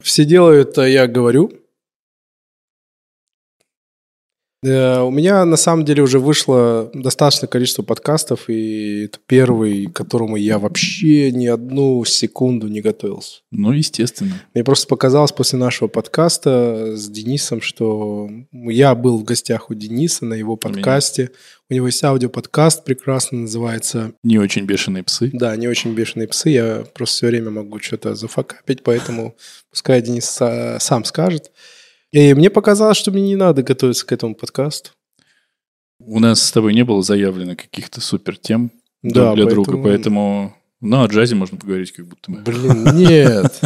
Все делают, а я говорю. Э, У меня на самом деле уже вышло достаточное количество подкастов, и это первый, к которому я вообще ни одну секунду не готовился. Ну, естественно. Мне просто показалось после нашего подкаста с Денисом, что я был в гостях у Дениса на его меня. подкасте. У него есть аудиоподкаст, прекрасно называется Не очень бешеные псы. Да, не очень бешеные псы. Я просто все время могу что-то зафакапить, поэтому пускай Денис са- сам скажет. И мне показалось, что мне не надо готовиться к этому подкасту. У нас с тобой не было заявлено каких-то супер тем Да, друг для друга, поэтому- поэтому... Ну, о джазе можно поговорить как будто бы. Блин, нет.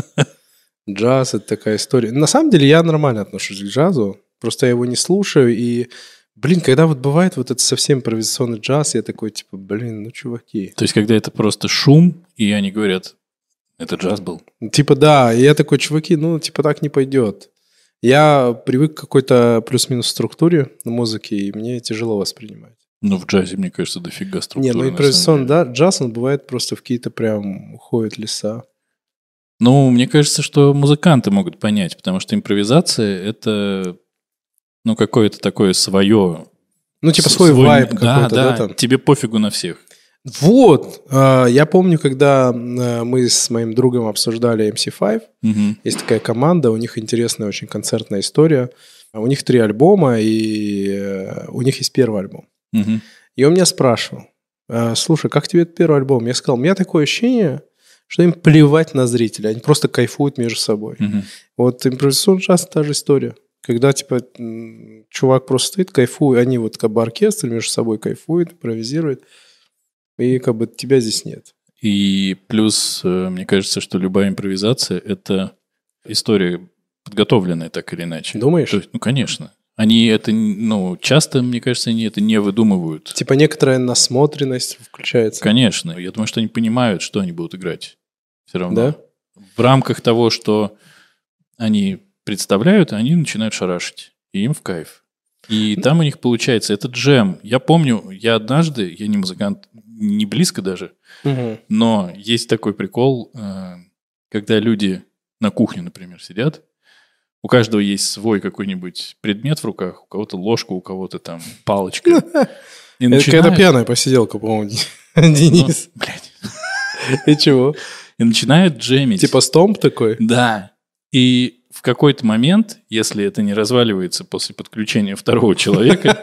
Джаз — это такая история. На самом деле я нормально отношусь к джазу, просто я его не слушаю, и, блин, когда вот бывает вот этот совсем импровизационный джаз, я такой, типа, блин, ну, чуваки. То есть, когда это просто шум, и они говорят, это джаз был. Типа, да, и я такой, чуваки, ну, типа, так не пойдет. Я привык к какой-то плюс-минус структуре музыки, и мне тяжело воспринимать. Ну, в джазе, мне кажется, дофига структуры. не, ну, на самом импровизационный деле. да, джаз, он бывает просто в какие-то прям уходят леса. Ну, мне кажется, что музыканты могут понять, потому что импровизация — это, ну, какое-то такое свое... Ну, типа, свой, вайб какой-то, да, да, там. тебе пофигу на всех. Вот! а, я помню, когда м, мы с моим другом обсуждали MC5, Мгм. Есть такая команда, у них интересная очень концертная история. У них три альбома, и э, у них есть первый альбом. Мгм. И он меня спрашивал, «Э, слушай, как тебе этот первый альбом? Я сказал, у меня такое ощущение, что им плевать на зрителя, они просто кайфуют между собой. Мгм. Вот импровизационный джаз – та же история. Когда, типа, м, чувак просто стоит, кайфует, они вот как бы оркестр между собой кайфуют, импровизируют, и как бы тебя здесь нет. И плюс, э, мне кажется, что любая импровизация — это история подготовленная так или иначе. Думаешь? То есть, ну, конечно. Они это, ну, часто, мне кажется, они это не выдумывают. Типа некоторая насмотренность включается. Конечно. Я думаю, что они понимают, что они будут играть. Все равно. Да? В рамках того, что они представляют, они начинают шарашить. И им в кайф. И там у них получается, это джем. Я помню, я однажды, я не музыкант, не близко даже, Мгм. но есть такой прикол, э, когда люди на кухне, например, сидят, у каждого есть свой какой-нибудь предмет в руках, у кого-то ложка, у кого-то там палочка. И Это какая-то начинают- пьяная посиделка, по-моему, Денис. Ну, блядь. И чего? Ну. И начинают джемить. Типа стомп такой? Да. И в какой-то момент, если это не разваливается после подключения второго человека,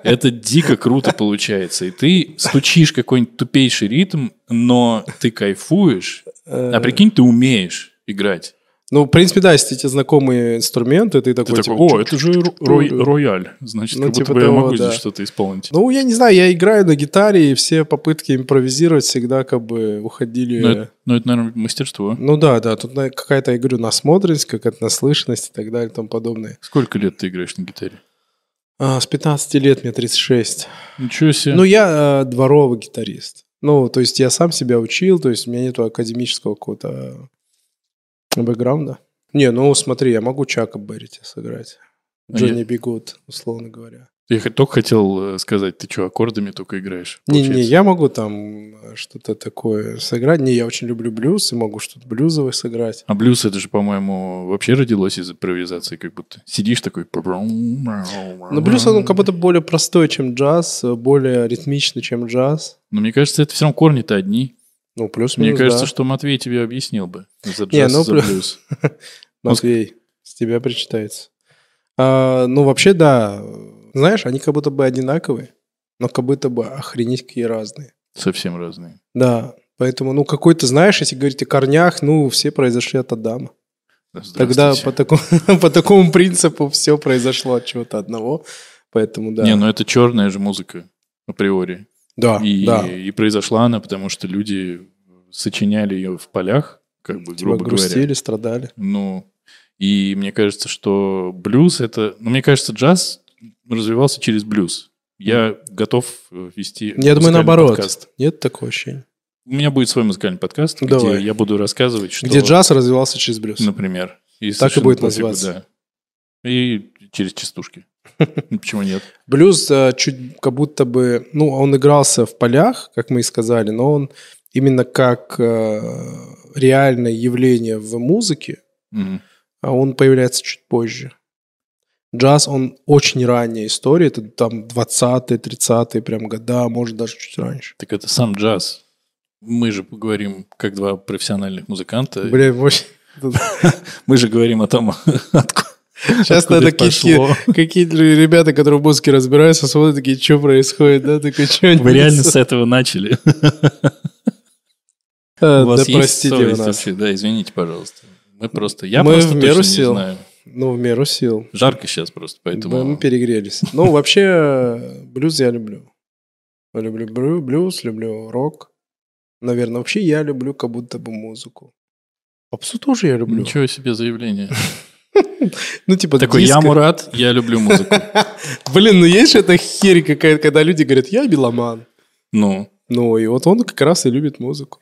это дико круто получается. И ты стучишь какой-нибудь тупейший ритм, но ты кайфуешь. Э, А прикинь, ты умеешь играть. Ну, в принципе, да, если тебе знакомые инструменты, ты такой, Ты типа, такой, о, это же ро- рой- рояль. Значит, Ну, как будто типа бы я того, могу да. здесь что-то исполнить. Ну, я не знаю, я играю на гитаре, и все попытки импровизировать всегда как бы уходили... Но это, ну, это, наверное, мастерство. Ну да, да, тут на- какая-то, я говорю, насмотренность, какая-то наслышанность и так далее и тому подобное. Сколько лет ты играешь на гитаре? А, с 15 лет мне 36. Ничего себе. Ну, я э, дворовый гитарист. Ну, то есть я сам себя учил, то есть у меня нету академического какого-то бэкграунда. Не, ну смотри, я могу Чака Беррити сыграть. А Джонни Бигуд, условно говоря. я хо- только хотел э, сказать, ты что, аккордами только играешь? Не-не, получается? я могу там э, что-то такое сыграть. Не, я очень люблю блюз и могу что-то блюзовое сыграть. А блюз, это же, по-моему, вообще родилось из импровизации, как будто. Сидишь такой... Ну, Но блюз, он как будто более простой, чем джаз, э, более ритмичный, чем джаз. Но мне кажется, это все равно корни-то одни. Ну, плюс Мне кажется, что... что Матвей тебе объяснил бы. За Не, джаз, ну, за плю- блюз. Матвей, с тебя причитается. А, ну, вообще, да. Знаешь, они как будто бы одинаковые, но как будто бы охренеть какие разные. Совсем разные. Да, поэтому, ну, какой-то, знаешь, если говорить о корнях, ну, все произошли от Адама. Да, Тогда здравствуйте. по, такому по такому принципу все произошло от чего-то одного. Поэтому да. Не, ну это черная же музыка априори. да, и, А, да. и произошла она, потому что люди сочиняли ее в полях, как бы, Типа грубо грустили, говоря. страдали. Ну, и мне кажется, что блюз это... Ну, мне кажется, джаз развивался через блюз. Я готов э, вести Я думаю, музыкальный наоборот. подкаст. Нет такого ощущения. У меня будет свой музыкальный подкаст, Давай. где я буду рассказывать, что... Ну. Где джаз развивался через блюз. Например. И Так и совершенно будет пофигу, называться. да. И через частушки. Ну, Почему нет? Блюз э, чуть как будто бы... Ну, он игрался в полях, как мы и сказали, но он именно как э, реальное явление в музыке, Мгм. а он появляется чуть позже. Джаз, он очень ранняя история, это там 20-е, 30-е прям года, а может даже чуть раньше. Так это сам джаз. Мы же поговорим как два профессиональных музыканта. Бля, вообще... Мы же говорим о том, откуда Сейчас откуда надо это пошло. какие-то какие-то ребята, которые в музыке разбираются, смотрят, такие, что происходит, да, такой, что они Вы реально несут?» с этого начали. А, У вас Да есть простите вы совесть нас. вообще? Да, извините, пожалуйста. Мы просто... Я Мы просто в меру точно не сил. знаю. Ну, в меру сил. Жарко сейчас просто, Да, поэтому... мы перегрелись. Ну, вообще, э, блюз я люблю. Я люблю брю- блюз, люблю рок. Наверное, вообще я люблю как будто бы музыку. Попсу тоже я люблю. Ничего себе заявление. Ну, типа Такой, диско. я Мурат, я люблю музыку. Блин, ну есть же эта херь какая-то, когда люди говорят, я беломан. Ну, Ну, и вот он как раз и любит музыку.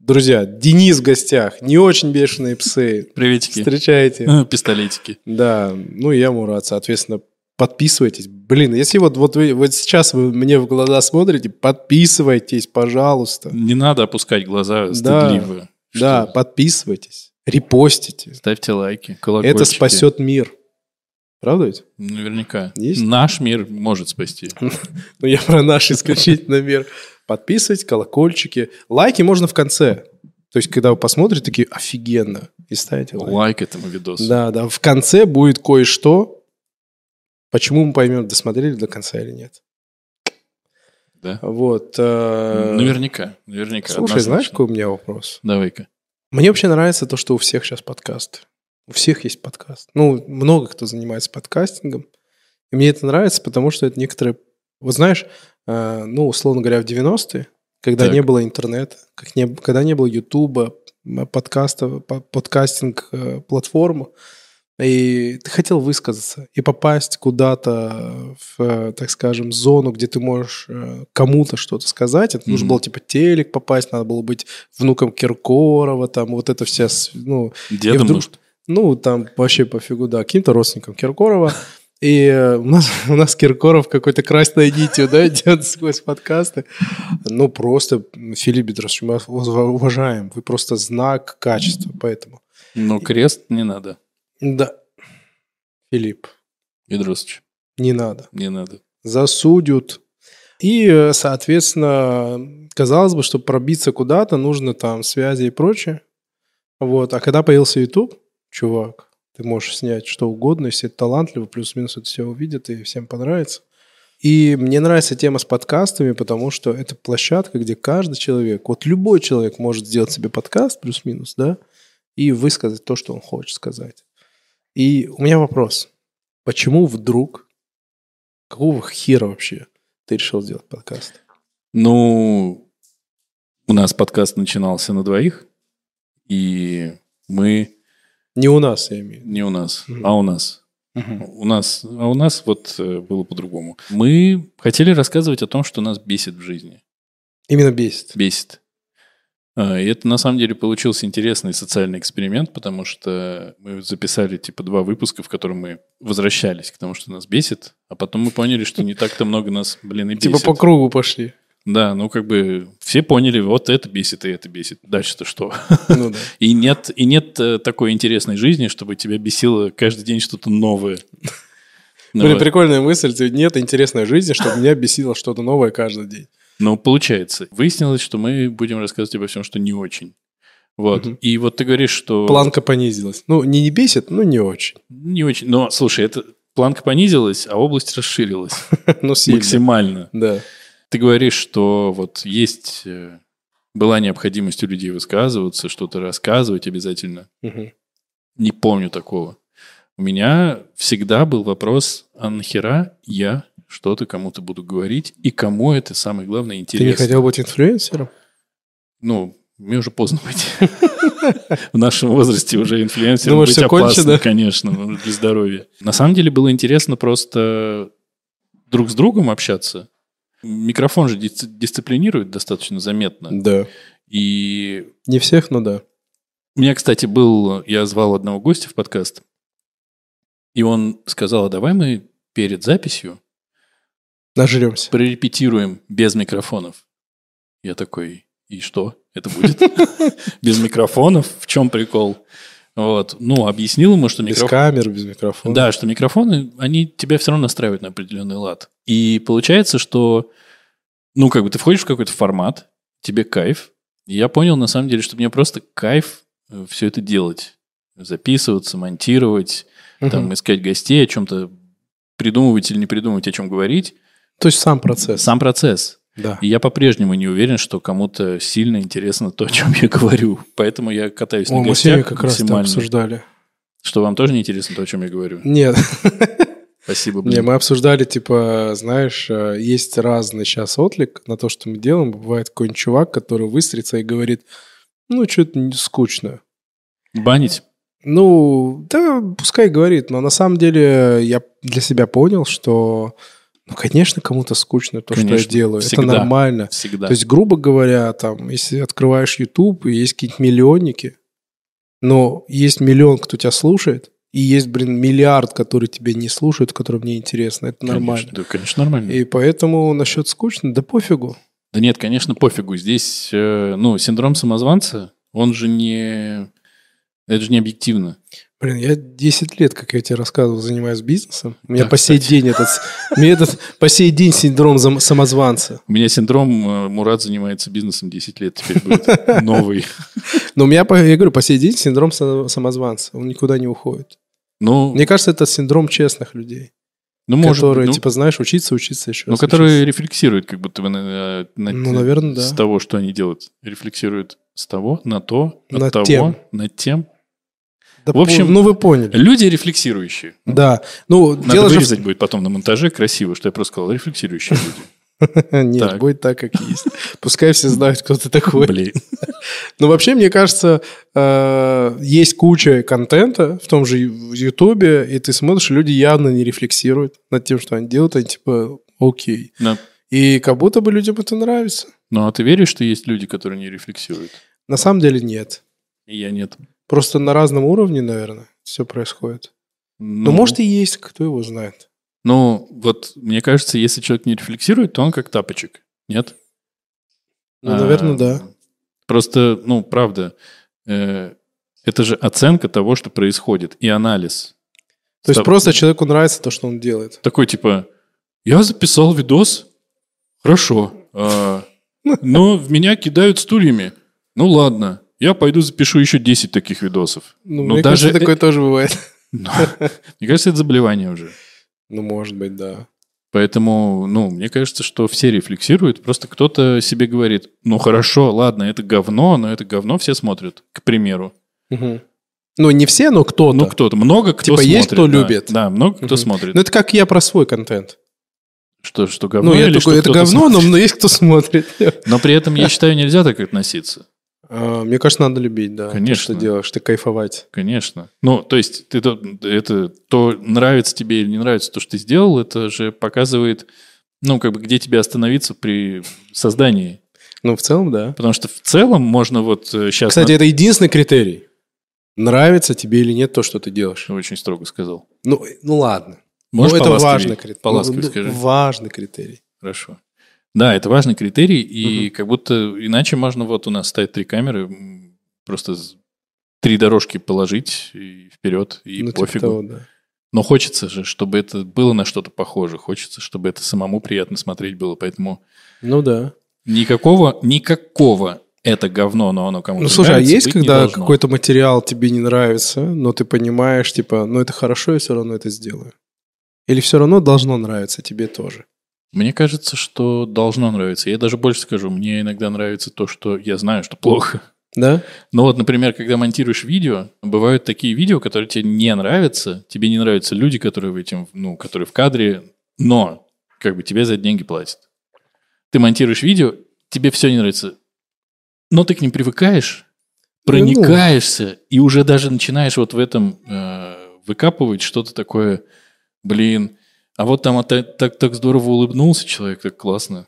Друзья, Денис в гостях. Не очень бешеные псы. приветики. Встречайте. Пистолетики. Да, ну и я Мурат, соответственно, подписывайтесь. Блин, если вот, вот, вы, вот сейчас вы мне в глаза смотрите, подписывайтесь, пожалуйста. Не надо опускать глаза стыдливо. Что Да, вы? подписывайтесь, репостите. Ставьте лайки, Это колокольчики. спасет мир. Правда ведь? Наверняка. Есть? Наш мир может спасти. Ну, я про наш исключительно мир. Подписывайтесь, колокольчики. Лайки можно в конце. То есть, когда вы посмотрите, такие офигенно. И ставите лайк. Лайк этому видосу. Да, да. В конце будет кое-что. Почему мы поймем, досмотрели до конца или нет. Да. Вот. э, Наверняка, наверняка. Слушай, знаешь, однозначно. какой у меня вопрос? Давай-ка. Мне вообще нравится то, что у всех сейчас подкасты. У всех есть подкаст. Ну, много кто занимается подкастингом. И мне это нравится, потому что это некоторые... Вот знаешь, э, ну, условно говоря, в 90-е, когда Так. не было интернета, как не, когда не было Ютуба, м, подкаста, по- подкастинг, э, платформа, и ты хотел высказаться и попасть куда-то в, э, так скажем, зону, где ты можешь э, кому-то что-то сказать. Это нужно Мгм. было типа телек попасть, надо было быть внуком Киркорова, там вот это вся, с- ну, Дедом, вдруг- может? ну, там вообще пофигу, да, каким-то родственником Киркорова. И э, у нас, у нас Киркоров какой-то красной нитью, да, идет сквозь подкасты. Ну, просто, м, Филипп Бедросович, мы вас уважаем. Вы просто знак качества, поэтому. Ну, крест не надо. Да. Филипп, Идросович, не надо. не надо. Засудят. И, э, соответственно, казалось бы, чтобы пробиться куда-то, нужно там связи и прочее. Вот. А когда появился YouTube, чувак, ты можешь снять что угодно, если ты талантливый, плюс-минус это все увидят и всем понравится. И мне нравится тема с подкастами, потому что это площадка, где каждый человек, вот любой человек может сделать себе подкаст, плюс-минус, да, и высказать то, что он хочет сказать. И у меня вопрос. Почему вдруг, какого хера вообще ты решил сделать подкаст? Ну, у нас подкаст начинался на двоих, и мы Не у нас, я имею в виду. не у нас, Мгм. а у нас. У нас, а у нас вот э, было по-другому. Мы хотели рассказывать о том, что нас бесит в жизни. Именно бесит. бесит. А, И это на самом деле получился интересный социальный эксперимент, потому что мы записали типа два выпуска, в котором мы возвращались к тому, что нас бесит, а потом мы поняли, что не так-то много нас, блин, и бесит. Типа по кругу пошли. Да, ну как бы все поняли, вот это бесит и это бесит. Дальше-то что? Ну да. И нет, и нет э, такой интересной жизни, чтобы тебя бесило каждый день что-то новое. Ну, Блин, вот. прикольная мысль. Ты- Нет интересной жизни, чтобы меня бесило что-то новое каждый день. Но получается, выяснилось, что мы будем рассказывать обо всем, что не очень. Вот. Мгм. И вот ты говоришь, что... Планка понизилась. Ну, не не бесит, но не очень. Не очень. Но, слушай, это планка понизилась, а область расширилась Но сильно. максимально. Да. Ты говоришь, что вот есть... э, Была необходимость у людей высказываться, что-то рассказывать обязательно. Мгм. Не помню такого. У меня всегда был вопрос, а нахера я что-то кому-то буду говорить, и кому это самое главное Ты не интересно? хотел быть инфлюенсером? Ну, мне уже поздно быть. В нашем возрасте уже инфлюенсером Думаешь, быть всё опасно, кончено? конечно, ну, для здоровья. На самом деле было интересно просто друг с другом общаться. Микрофон же дис- дисциплинирует достаточно заметно. Да. И Не всех, но да. у меня, кстати, был... Я звал одного гостя в подкаст, и он сказал, а давай мы перед записью Нажремся. прорепетируем без микрофонов. Я такой, и что это будет? Без микрофонов? В чем прикол? Вот. Ну, объяснил ему, что Без микрофон... камер, без микрофона. Да, что микрофоны, они тебя все равно настраивают на определенный лад. И получается, что, ну, как бы ты входишь в какой-то формат, тебе кайф. И я понял, на самом деле, что мне просто кайф все это делать. Записываться, монтировать, Мгм. там, искать гостей, о чем-то придумывать или не придумывать, о чем говорить. То есть сам процесс. Сам процесс. Да. И я по-прежнему не уверен, что кому-то сильно интересно то, о чем я говорю. Поэтому я катаюсь О, на мы с Евой гостях как раз это максимально. обсуждали. Что вам тоже не интересно то, о чем я говорю? Нет, Спасибо, не, блин. мы обсуждали, типа, знаешь, э, есть разный сейчас отклик на то, что мы делаем. Бывает какой-нибудь чувак, который выстрится и говорит, ну, что-то не скучно. Банить? Ну, да, пускай говорит, но на самом деле я для себя понял, что, ну, конечно, кому-то скучно то, что Конечно, я делаю. Это всегда. нормально. Всегда. То есть, грубо говоря, там, если открываешь YouTube, и есть какие-то миллионники, но есть миллион, кто тебя слушает, и есть, блин, миллиард, который тебя не слушает, который мне интересно. Это Конечно, нормально. да, конечно, нормально. И поэтому насчет скучно, да пофигу. Да нет, конечно, пофигу. Здесь, э, ну, синдром самозванца, он же не... Это же не объективно. Блин, я 10 лет, как я тебе рассказывал, занимаюсь бизнесом. У меня Да, по сей день этот... Мне этот по сей день синдром зам- самозванца. У меня синдром э, Мурат занимается бизнесом 10 лет, теперь будет новый. Но у меня, по- я говорю, по сей день синдром са- самозванца. Он никуда не уходит. Ну, Мне кажется, это синдром честных людей. ну может которые, быть, ну, типа, знаешь, учиться, учиться еще ну, раз которые рефлексируют как будто бы на, на- Ну, наверное, да. с того, что они делают. Рефлексируют с того, на то, от Над того, тем. над тем. учиться. Да в общем- по- ну вы поняли. Люди рефлексирующие. Да. Ну, Надо дело же... в- вырезать будет потом на монтаже красиво, что я просто сказал, рефлексирующие люди. Нет, Так. будет так, как есть. Пускай все знают, кто ты такой. Блин. Но Ну, вообще, мне кажется, э, есть куча контента в том же Ю- в Ютубе, и ты смотришь, люди явно не рефлексируют над тем, что они делают, они типа окей. Да. И как будто бы людям это нравится. Ну, а ты веришь, что есть люди, которые не рефлексируют? На самом деле нет. И я нет. Просто на разном уровне, наверное, все происходит. Ну, Но может и есть, кто его знает. Ну, вот, мне кажется, если человек не рефлексирует, то он как тапочек. Нет? Ну, А, наверное, да. Просто, ну, правда, э, это же оценка того, что происходит, и анализ. То есть Стоп. просто человеку нравится то, что он делает. Такой, типа, я записал видос, хорошо, а, но в меня кидают стульями. Ну, ладно, я пойду запишу еще 10 таких видосов. Ну, Ну, мне даже кажется, такое тоже бывает. Но, Мне кажется, это заболевание уже. Ну, может быть, да. Поэтому, ну, мне кажется, что все рефлексируют, просто кто-то себе говорит, ну хорошо, ладно, это говно, но это говно все смотрят, к примеру. Мгм. Ну, не все, но кто-то. Ну кто-то, много кто Типа, смотрит. есть кто да. любит? Да, много кто Мгм. смотрит. Ну, это как я про свой контент. Что, что говно ну, я или такой, что это кто-то говно, но, смотрит? но есть кто смотрит. Но при этом, я считаю, нельзя так относиться. А, Мне кажется, надо любить, да. то, Конечно. Что делаешь, ты кайфовать. Конечно. Ну, то есть, ты, то- это то, нравится тебе или не нравится то, что ты сделал, это же показывает, ну, как бы, где тебе остановиться при создании. Ну, в целом, да. Потому что в целом можно вот э, сейчас... Кстати, это единственный критерий. Нравится тебе или нет то, что ты делаешь. Очень строго сказал. Ну, э, ну ладно. Можешь ну, это поласковее? важный критерий. Поласковее Ну, ну, скажи. Важный критерий. Хорошо. Да, это важный критерий, и как будто иначе можно вот у нас стоят три камеры, м, просто з- три дорожки положить и вперед, и ну, типа пофигу. того, да. Но хочется же, чтобы это было на что-то похоже, хочется, чтобы это самому приятно смотреть было, поэтому Ну, да. никакого, никакого это говно, но оно кому-то Ну, слушай, а нравится, есть, быть не когда должно. какой-то материал тебе не нравится, но ты понимаешь, типа, ну, это хорошо, я все равно это сделаю? Или все равно должно нравиться тебе тоже? Мне кажется, что должно нравиться. Я даже больше скажу, мне иногда нравится то, что я знаю, что плохо. Да? Ну вот, например, когда монтируешь видео, бывают такие видео, которые тебе не нравятся, тебе не нравятся люди, которые в этим, ну, которые в кадре, но как бы тебе за это деньги платят. Ты монтируешь видео, тебе все не нравится, но ты к ним привыкаешь, Ну, ну. проникаешься и уже даже начинаешь вот в этом э, выкапывать что-то такое, блин, а вот там а та- так, так здорово улыбнулся человек, так классно,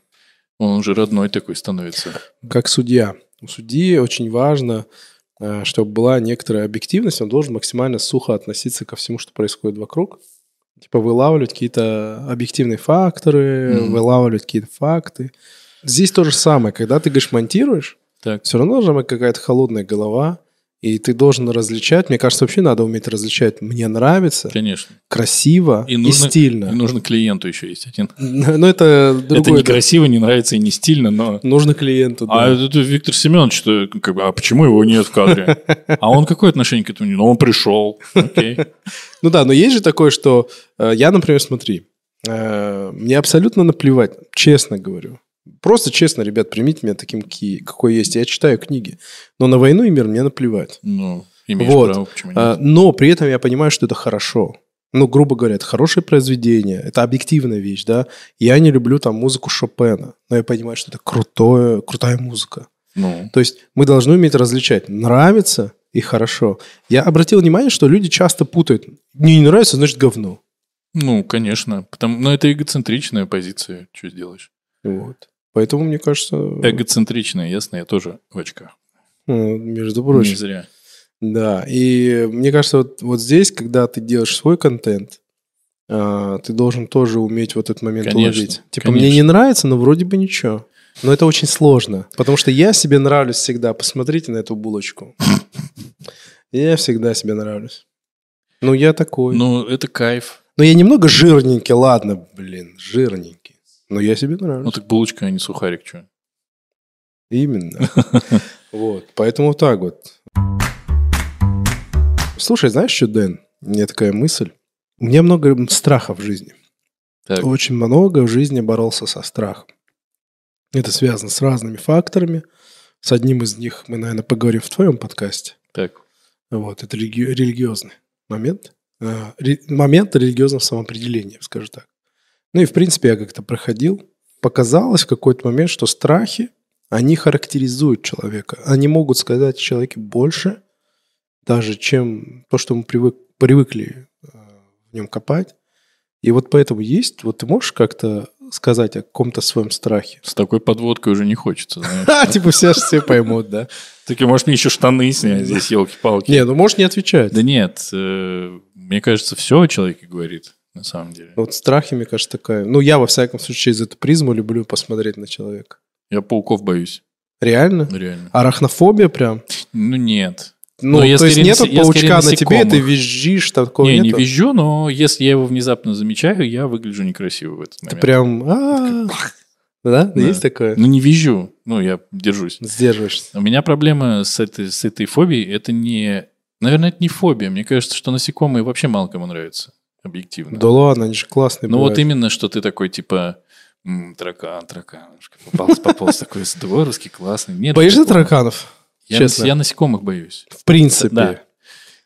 он уже родной такой становится. Как судья. У судьи очень важно, э, чтобы была некоторая объективность, он должен максимально сухо относиться ко всему, что происходит вокруг. Типа вылавливать какие-то объективные факторы, Мгм. вылавливать какие-то факты. Здесь то же самое. Когда ты, говоришь, монтируешь, Так, все равно должна быть какая-то холодная голова, И ты должен различать. Мне кажется, вообще надо уметь различать. Мне нравится, Конечно. красиво и, нужно- стильно. И нужно клиенту еще есть один. Но это Это другое. некрасиво, не нравится и не стильно, но... Нужно клиенту. да. А это, это Виктор Семенович, что, как бы, а почему его нет в кадре? А он какое отношение к этому? имеет? Ну, он пришел. Окей. Ну да, но есть же такое, что э, я, например, смотри, э, мне абсолютно наплевать, честно говорю. Просто честно, ребят, примите меня таким, какие- какой есть. Я читаю книги, но на войну и мир мне наплевать. Ну, имеешь Вот. право, почему нет? Э, но при этом я понимаю, что это хорошо. Ну, грубо говоря, это хорошее произведение, это объективная вещь, да. Я не люблю там музыку Шопена, но я понимаю, что это крутое, крутая музыка. Ну, То есть мы должны уметь различать нравится и хорошо. Я обратил внимание, что люди часто путают. Мне не нравится, значит говно. ну, конечно. Потому, но это эгоцентричная позиция. Что сделаешь? Вот. Поэтому, мне кажется, Эгоцентричная, ясно, я тоже в очках. ну, между Не прочим. зря. Да, и мне кажется, вот, вот здесь, когда ты делаешь свой контент, а, ты должен тоже уметь вот этот момент Конечно, уловить. Типа, конечно. мне не нравится, но вроде бы ничего. Но это очень сложно, потому что я себе нравлюсь всегда. Посмотрите на эту булочку. Я всегда себе нравлюсь. Ну, я такой. Ну, это кайф. Но я немного жирненький, ладно, блин, жирненький. Но я себе Ну, нравлюсь. так булочка, а не сухарик, что? Именно. Вот, поэтому вот так вот. Слушай, знаешь что, Дэн? У меня такая мысль. У меня много м, страха в жизни. Так, Очень много в жизни боролся со страхом. Это связано с разными факторами. С одним из них мы, наверное, поговорим в твоем подкасте. так. Вот, это религи- религиозный момент. Э, ре- Момент религиозного самоопределения, скажу так. Ну и, в принципе, я как-то проходил. Показалось в какой-то момент, что страхи, они характеризуют человека. Они могут сказать о человеке больше, даже чем то, что мы привык, привыкли э, в нем копать. И вот поэтому есть, вот ты можешь как-то сказать о каком-то своем страхе? С такой подводкой уже не хочется, знаешь. Ха, типа все, все поймут, да? Так, и, может, мне еще штаны снять здесь, елки-палки. Не, ну можешь не отвечать. Да нет, э, мне кажется, все о человеке говорит, на самом деле. Ну, Вот страхи, мне кажется, такая. Ну, я, во всяком случае, через эту призму люблю посмотреть на человека. Я пауков боюсь, Реально? ну, реально. Арахнофобия прям? Ну нет. Ну, Но я то есть скорее нет насек- я скорее паучка на тебе, и ты насекомых. визжишь, такого не, не нету? визжу, но если я его внезапно замечаю, я выгляжу некрасиво в этот Ты момент. прям... «А-а-а». Да? Да. Есть такое? Ну не визжу, ну я держусь. Сдерживаешься. У меня проблема с этой, с этой фобией, это не... Наверное, это не фобия. Мне кажется, что насекомые вообще мало кому нравятся, объективно. Да ладно, они же классные Ну вот бывают. именно, что ты такой, типа, «М, таракан, тараканушка, пополз, пополз, такой здоровский, классный. Нет Боишься такого. тараканов? Я, нас- Честно. я насекомых боюсь. В принципе. Да.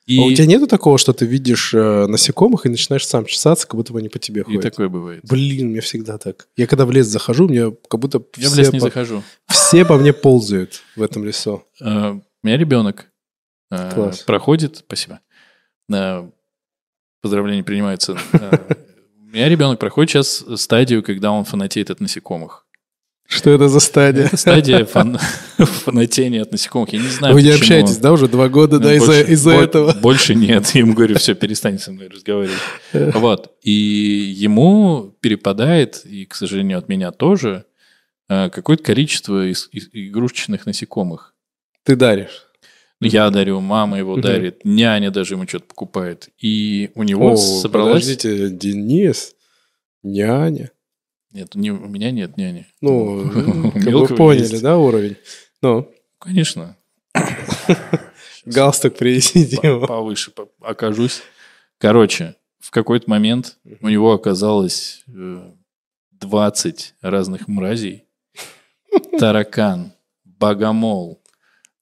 И, А у тебя нету такого, что ты видишь э, насекомых и начинаешь сам чесаться, как будто бы они по тебе и ходят? такое бывает. Блин, мне всегда так. Я когда в лес захожу, мне как будто Я в все лес не по- захожу. все по мне ползают в этом лесу. Э, У меня ребенок э, Класс. проходит, спасибо. Э, Поздравление принимается. Э, У меня ребенок проходит сейчас стадию, когда он фанатеет от насекомых. Что это за стадия? Это стадия фан- фанатения от насекомых. Я не знаю, Вы не почему. Ну, общаетесь, да, уже два года, да, из-за Больше- из-за бо- этого? Больше нет. Я ему говорю, все, перестань со мной разговаривать. Вот. И ему перепадает, и, к сожалению, от меня тоже, э, какое-то количество из- из- игрушечных насекомых. Ты даришь. Ну, Я дарю, мама его Мгм. дарит, няня даже ему что-то покупает. И у него собралась... подождите, Денис, няня. Нет, не- у меня нет няни. Ну, У как вы мелкого поняли, есть. да, уровень? Ну, Конечно. Щас. галстук принесите По- его. повыше по- окажусь. Короче, в какой-то момент у него оказалось э, 20 разных мразей. Таракан, богомол,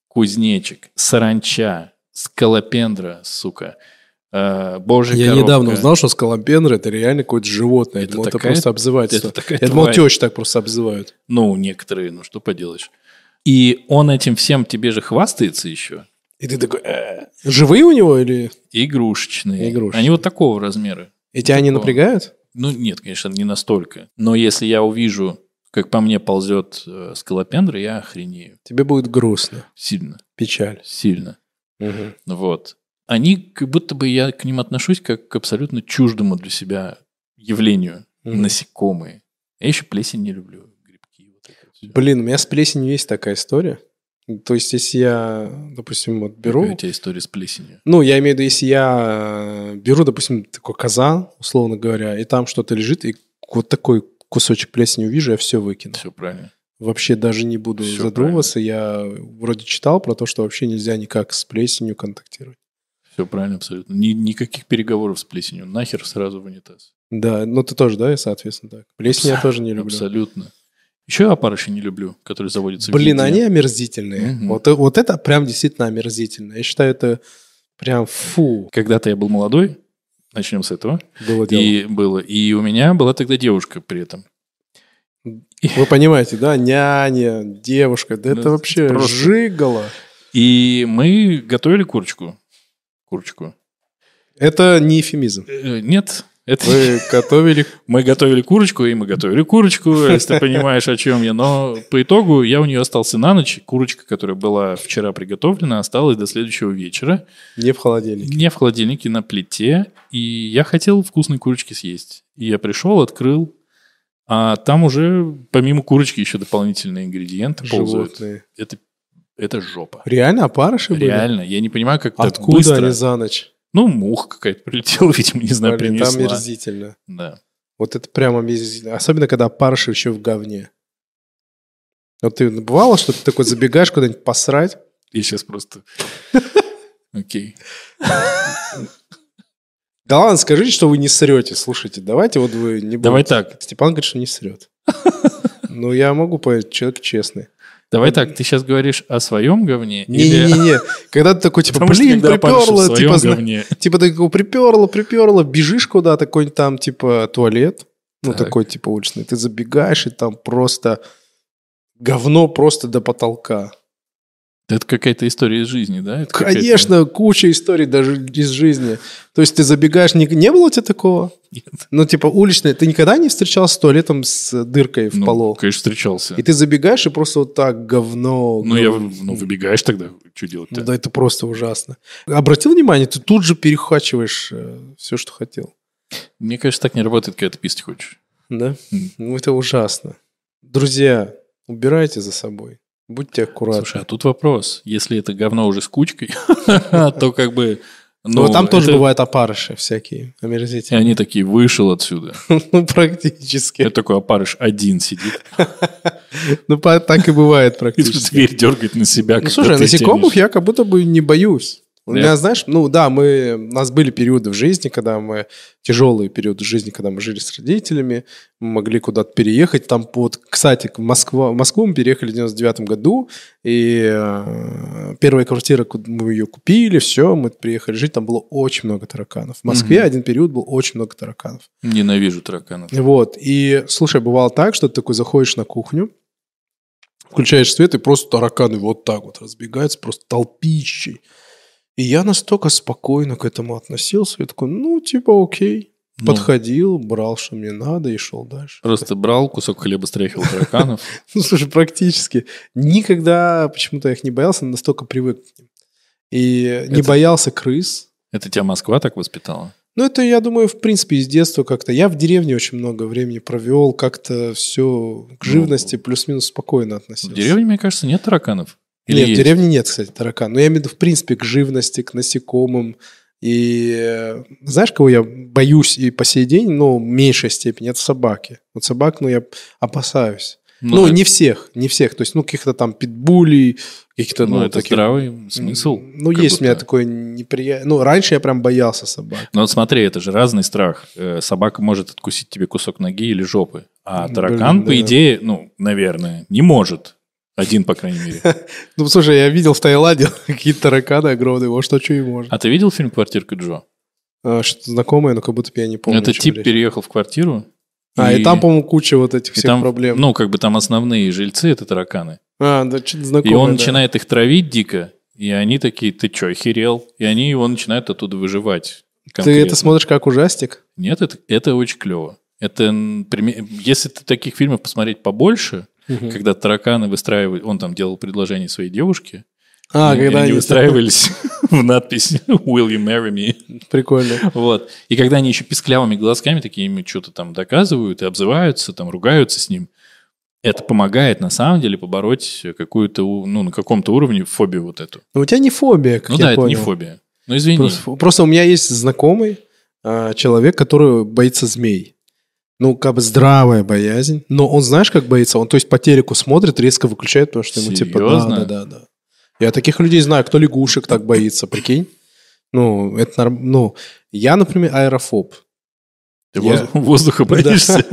кузнечик, саранча, скалопендра, сука, э, божья Я коровка. недавно узнал, что скалампендра это реально какое-то животное. Я Это думал, это такая- просто обзывательство. Это такая Я думал, тварь. тещи так просто обзывают. Ну, некоторые, ну что поделаешь. И он этим всем тебе же хвастается еще. И ты такой... «Э». Живые у него или... Игрушечные. Игрушечные. Они вот такого размера. И тебя они Такого. напрягают? Ну, нет, конечно, не настолько. Но если я увижу, как по мне ползет э, скалопендра, я охренею. Тебе будет грустно, Сильно, печаль. сильно. Вот. Они, как будто бы я к ним отношусь как к абсолютно чуждому для себя явлению. Мгм. Насекомые. Я еще плесень не люблю. Грибки. вот это всё. Блин, у меня с плесенью есть такая история. То есть, если я, допустим, вот беру... Какая у тебя история с плесенью? Ну, я имею в виду, если я э, беру, допустим, такой казан, условно говоря, и там что-то лежит, и вот такой кусочек плесени увижу, я все выкину. Все правильно. Вообще даже не буду Всё задумываться. Я вроде читал про то, что вообще нельзя никак с плесенью контактировать. Все правильно абсолютно. Ни- никаких переговоров с плесенью. Нахер сразу в унитаз. Да, ну ты тоже, да, я, соответственно, так. Плесень я тоже не люблю. Абсолютно. Еще опарыши не люблю, которые заводятся Блин, в они еде. омерзительные. Мгм. Вот, э- вот это прям действительно омерзительно. Я считаю, это прям фу Когда-то я был молодой, начнем с этого, было дело. и было. И у меня была тогда девушка при этом. Вы понимаете, да? Няня, девушка, да Ну, это вообще просто. жигало. И мы готовили курочку. Курочку. Это не эфемизм. Э, Нет, это Вы готовили... мы готовили курочку, и мы готовили курочку, если ты понимаешь, о чем я. Но по итогу я у нее остался на ночь. Курочка, которая была вчера приготовлена, осталась до следующего вечера. Не в холодильнике. Не в холодильнике, на плите. И я хотел вкусной курочки съесть. И я пришел, открыл. А там уже помимо курочки еще дополнительные ингредиенты ползают. Животные. Это, это жопа. Реально опарыши были? Реально. Я не понимаю, как так Откуда быстро. они за ночь? Ну, муха какая-то прилетела, видимо, не знаю, Блин, там принесла. мерзительно. Да. Вот это прямо омерзительно. Особенно, когда опарыши еще в говне. Вот ты ну, бывало, что ты такой забегаешь куда-нибудь посрать? Я сейчас просто... Окей. Да ладно, скажите, что вы не срете. Слушайте, давайте вот вы не Давай будете. так, Степан говорит, что не срет. Ну, я могу понять, человек честный. давай так. Ты сейчас говоришь о своем говне? или- Не-не-не, когда ты такой, типа, Потому что блин, когда опарыш в приперло, своем типа, зна- говне. Типа ты такой приперло, приперло, бежишь куда-то, какой-нибудь там, типа, туалет, ну, Так. такой, типа, уличный. Ты забегаешь, и там просто говно просто до потолка. Это какая-то история из жизни, да? Это какая-то- Конечно, куча историй даже из жизни. То есть ты забегаешь, не, не было у тебя такого? Нет. Ну, типа, уличный. Ты никогда не встречался с туалетом с дыркой в Ну, полу? конечно, встречался. И ты забегаешь, и просто вот так говно. Ну, я, говно. ну, выбегаешь тогда, что Ну делать-то? да, это просто ужасно. Обратил внимание, ты тут же перехвачиваешь все, что хотел. Мне кажется, так не работает, когда ты писать хочешь. Да? Мгм. Ну, это ужасно. Друзья, убирайте за собой. Будьте аккуратны. Слушай, а тут вопрос. Если это говно уже с кучкой, то как бы... Но ну, там тоже это- бывают опарыши всякие, И омерзительные. они такие, вышел отсюда. Ну, практически. Это такой опарыш один сидит. Ну, по- так и бывает И практически. дверь дергает на себя. Ну, когда слушай, ты насекомых тянешь. я как будто бы не боюсь. У Да. меня, знаешь, ну да, мы, у нас были периоды в жизни, когда мы, тяжелые периоды жизни, когда мы жили с родителями, мы могли куда-то переехать. Там под, кстати, к Москва, в Москву мы переехали в 99 году, и э, первая квартира, ку- мы ее купили, все, мы приехали жить, там было очень много тараканов. В Москве Мгм. один период был очень много тараканов. Ненавижу тараканов. Вот. И, слушай, бывало так, что ты такой заходишь на кухню, включаешь свет, и просто тараканы вот так вот разбегаются, просто толпищей. И я настолько спокойно к этому относился. Я такой, ну, типа, окей. Ну, Подходил, брал, что мне надо, и шел дальше. Просто брал кусок хлеба, стряхивал тараканов. Ну, слушай, практически. Никогда почему-то я их не боялся, настолько привык к ним. И не Это- боялся крыс. Это тебя Москва так воспитала? Ну, это, я думаю, в принципе, из детства как-то. Я в деревне очень много времени провел, как-то все к Ну, живности плюс-минус спокойно В относился. деревне, мне кажется, нет тараканов. Или Нет, в есть? деревне нет, кстати, таракан. Но я имею в виду, в принципе, к живности, к насекомым. И э, знаешь, кого я боюсь и по сей день, но в меньшей степени, это собаки. Вот собак, ну, я опасаюсь. Ну, это- не всех, не всех. То есть, ну, каких-то там питбулей, каких-то, ну, ну, это таких... здравый смысл. Ну, как есть у меня будто. такое неприятное... Ну, раньше я прям боялся собак. Но Ну, вот смотри, это же разный страх. Э, Собака может откусить тебе кусок ноги или жопы. А Блин, таракан, по да. идее, ну, наверное, не может. Один, по крайней мере. Ну, слушай, я видел в Таиланде какие-то тараканы огромные, вот что, что и может. А ты видел фильм «Квартирка Джо»? А, Что-то знакомое, но как будто бы я не помню. о Это чем тип речь. переехал в квартиру. А, и там, по-моему, куча вот этих и всех там, проблем. Ну, как бы там основные жильцы — это тараканы. А, да, что-то И знакомое. он да. начинает их травить дико, и они такие, ты чё, охерел? И они его начинают оттуда выживать. Ты конкретно. это смотришь как ужастик? Нет, это, это очень клево. Это, м, прими- если ты таких фильмов посмотреть побольше, когда тараканы выстраивают, он там делал предложение своей девушке, А, и когда они выстраивались в надпись «Will you marry me?» Прикольно. Вот. И когда они еще писклявыми глазками такие ему что-то там доказывают и обзываются, там ругаются с ним, это помогает на самом деле побороть какую-то, у- ну, на каком-то уровне фобию вот эту. Но у тебя не фобия, как Ну я да, это не понял. фобия. Ну извини. Просто, просто у меня есть знакомый а, человек, который боится змей. Ну, как бы здравая боязнь. Но он знаешь, как боится? Он, то есть, по телеку смотрит, резко выключает, потому что ему типа... Да, Серьезно? да, да, да. Я таких людей знаю, кто лягушек так боится, прикинь. Ну, это норм... Ну, я, например, аэрофоб. я- Ты воз- воздуха Да. боишься?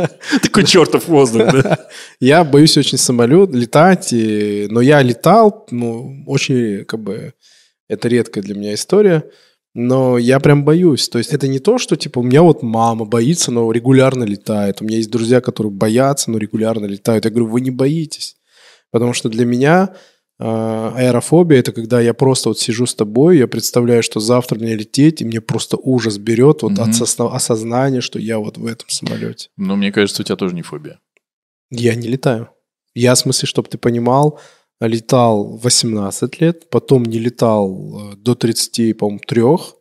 Такой чертов воздух, да? Я боюсь очень самолет, летать, и- но я летал, ну, очень, как бы, это редкая для меня история, но я прям боюсь. То есть это не то, что, типа, у меня вот мама боится, но регулярно летает. У меня есть друзья, которые боятся, но регулярно летают. Я говорю, вы не боитесь. Потому что для меня э, аэрофобия – это когда я просто вот сижу с тобой, я представляю, что завтра мне лететь, и мне просто ужас берет вот от Мгм. сосна- осознания, что я вот в этом самолете. Но мне кажется, у тебя тоже не фобия. Я не летаю. Я, в смысле, чтобы ты понимал, летал 18 лет, потом не летал э, до 30, по-моему, трех.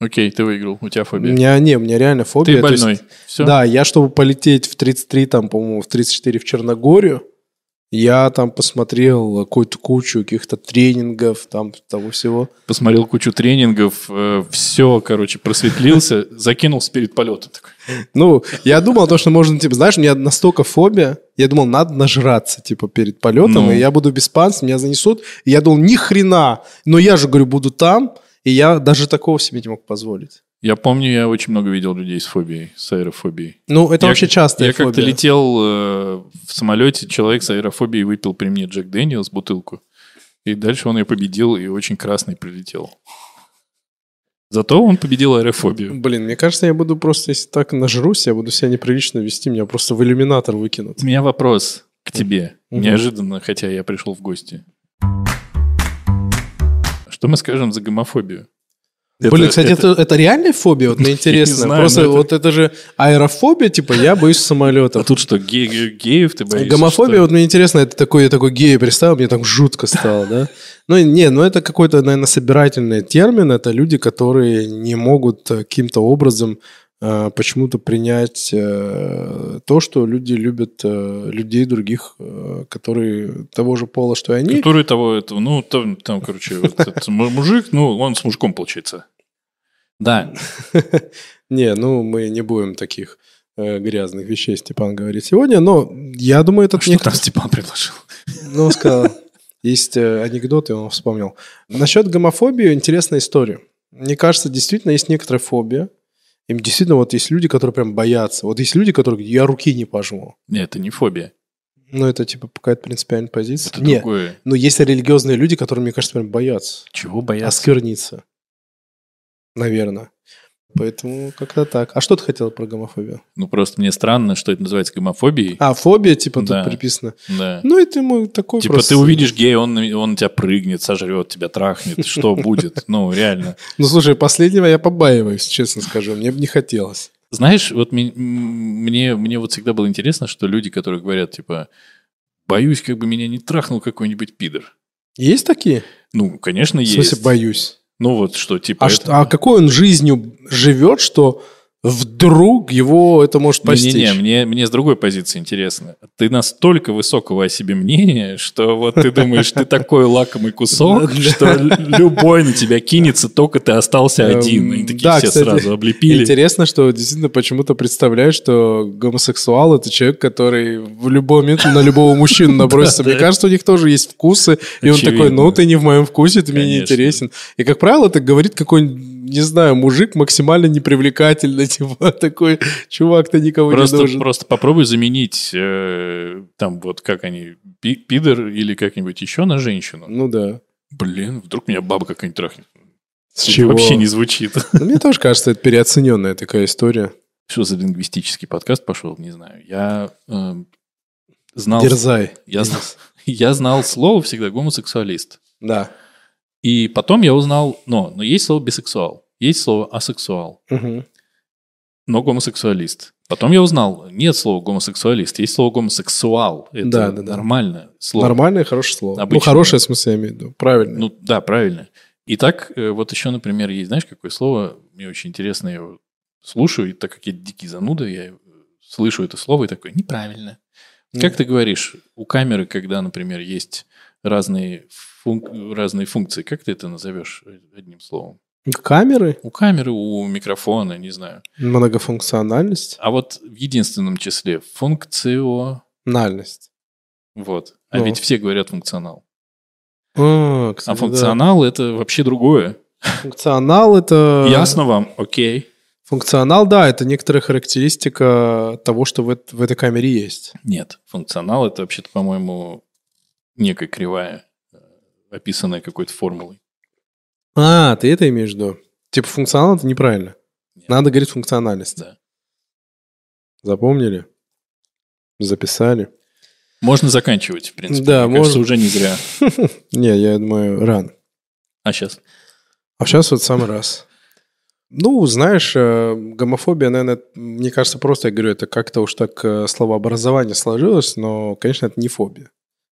Окей, ты выиграл, у тебя У фобия. меня, не, у меня реально фобия. Ты То есть- больной. Все? Да, я, чтобы полететь в 33, там, по-моему, в 34 в Черногорию, я там посмотрел какую-то кучу каких-то тренингов, там, того всего. Посмотрел кучу тренингов, все, короче, просветлился, закинулся перед полетом. Такой, Ну, я думал о том, что можно, типа, знаешь, у меня настолько фобия, я думал, надо нажраться, типа, перед полетом, Ну. и я буду без панциря, меня занесут. И я думал, ни хрена, но я же, говорю, буду там, и я даже такого себе не мог позволить. Я помню, я очень много видел людей с фобией, с аэрофобией. Ну, это Я- вообще частая я как-то фобия. летел э, в самолете, человек с аэрофобией выпил при мне Джек Дэниелс бутылку, и дальше он ее победил и очень красный прилетел. Зато он победил аэрофобию. Блин, мне кажется, я буду просто, если так нажрусь, я буду себя неприлично вести, меня просто в иллюминатор выкинут. У меня вопрос к тебе, Мгм. неожиданно, хотя я пришел в гости. Что мы скажем за гомофобию? Блин, кстати, это, это реальная фобия? Вот мне интересно. знаю, просто но это- вот это же аэрофобия, типа, я боюсь самолетов. А тут что, ге- ге- геев ты боишься? Гомофобия, что ли? вот мне интересно, это такой, я такой гей представил, мне так жутко стало, да? Ну, не, ну это какой-то, наверное, собирательный термин, это люди, которые не могут э, каким-то образом э, почему-то принять э, то, что люди любят э, людей других, э, которые того же пола, что и они. Который того этого, ну, там, там короче, вот этот му- мужик, ну, он с мужиком получается. Да, Не, ну мы не будем таких э, грязных вещей, Степан говорит сегодня, но я думаю, этот А что там Степан предложил? Ну, он сказал, есть э, анекдот, и он вспомнил. Насчет гомофобии интересная история. Мне кажется, действительно есть некоторая фобия. Им действительно вот есть люди, которые прям боятся. Вот есть люди, которые говорят, я руки не пожму. Нет, это не фобия. Ну, это типа какая-то принципиальная позиция. Это Нет, другое. но есть религиозные люди, которые, мне кажется, прям боятся. Чего бояться? Оскверниться. Наверное. Поэтому как-то так. А что ты хотел про гомофобию? Ну, просто мне странно, что это называется гомофобией. А, фобия, типа, Да. тут приписано. Да. Ну, и ты мой такой Типа просто- ты увидишь гея, он, на- он на тебя прыгнет, сожрет, тебя трахнет. Что будет? Ну, реально. Ну, слушай, последнего я побаиваюсь, честно скажу. Мне бы не хотелось. Знаешь, вот ми- м, мне, мне вот всегда было интересно, что люди, которые говорят, типа, боюсь, как бы меня не трахнул какой-нибудь пидор. Есть такие? Ну, конечно, В смысле, есть. боюсь. Ну, вот что, типа... А, это- что- а какой он жизнью живет, что вдруг его это может постичь? Не-не-не, мне, мне с другой позиции интересно. Ты настолько высокого о себе мнения, что вот ты думаешь, ты такой лакомый кусок, что любой на тебя кинется, только ты остался Эм, один. И такие да, все кстати, сразу облепили. Интересно, что действительно почему-то представляешь, что гомосексуал это человек, который в любой момент на любого мужчину набросится. Да, Мне да. кажется, у них тоже есть вкусы, и он такой, Очевидно. ну ты не в моем вкусе, ты мне не Конечно. интересен. И как правило, это говорит какой-нибудь, не знаю, мужик максимально непривлекательный, типа такой, чувак, ты никого не Просто, нужен. просто попробуй заменить э, там вот как они, пи- пидор или как-нибудь еще на женщину. Ну да. Блин, вдруг меня баба какая-нибудь трахнет. Типа, С чего? Вообще не звучит. Ну, мне тоже кажется, это переоцененная такая история. Что за лингвистический подкаст пошел, не знаю. Я э, знал... Дерзай. Я знал, я знал слово всегда гомосексуалист. Да. И потом я узнал, но, но есть слово бисексуал, есть слово асексуал, Мгм. но гомосексуалист. Потом я узнал, нет слова гомосексуалист, есть слово гомосексуал. Это Да, да, да. нормально. Слово. Нормальное, хорошее слово. Ну, Обычное. хорошее, в смысле, я имею в виду. Правильно. Ну да, правильно. И так, э, вот еще, например, есть, знаешь, какое слово, мне очень интересно, я его слушаю, и так как я дикий зануда, я э, слышу это слово и такой, неправильно. Ну Как ты говоришь, у камеры, когда, например, есть разные, функ- разные функции, как ты это назовешь одним словом? Камеры, У камеры, у микрофона, не знаю. многофункциональность, А вот в единственном числе функцио... нальность. Вот. А Ну. ведь все говорят функционал. А, А кстати, да. функционал это вообще другое. Функционал это... Ясно вам? Окей. Функционал, да, это некоторая характеристика того, что в, эт- в этой камере есть. Нет, функционал это вообще-то, по-моему, некая кривая, э, описанная какой-то формулой. А, ты это имеешь в виду? Типа функционал это неправильно. Нет. Надо говорить функциональность. Да. Запомнили? Записали? Можно заканчивать, в принципе. Да, Мне кажется, можно. уже не зря. Не, я думаю, рано. А сейчас? А сейчас вот самый раз. Ну, знаешь, э, гомофобия, наверное, мне кажется, просто, я говорю, это как-то уж так э, словообразование сложилось, но, конечно, это не фобия.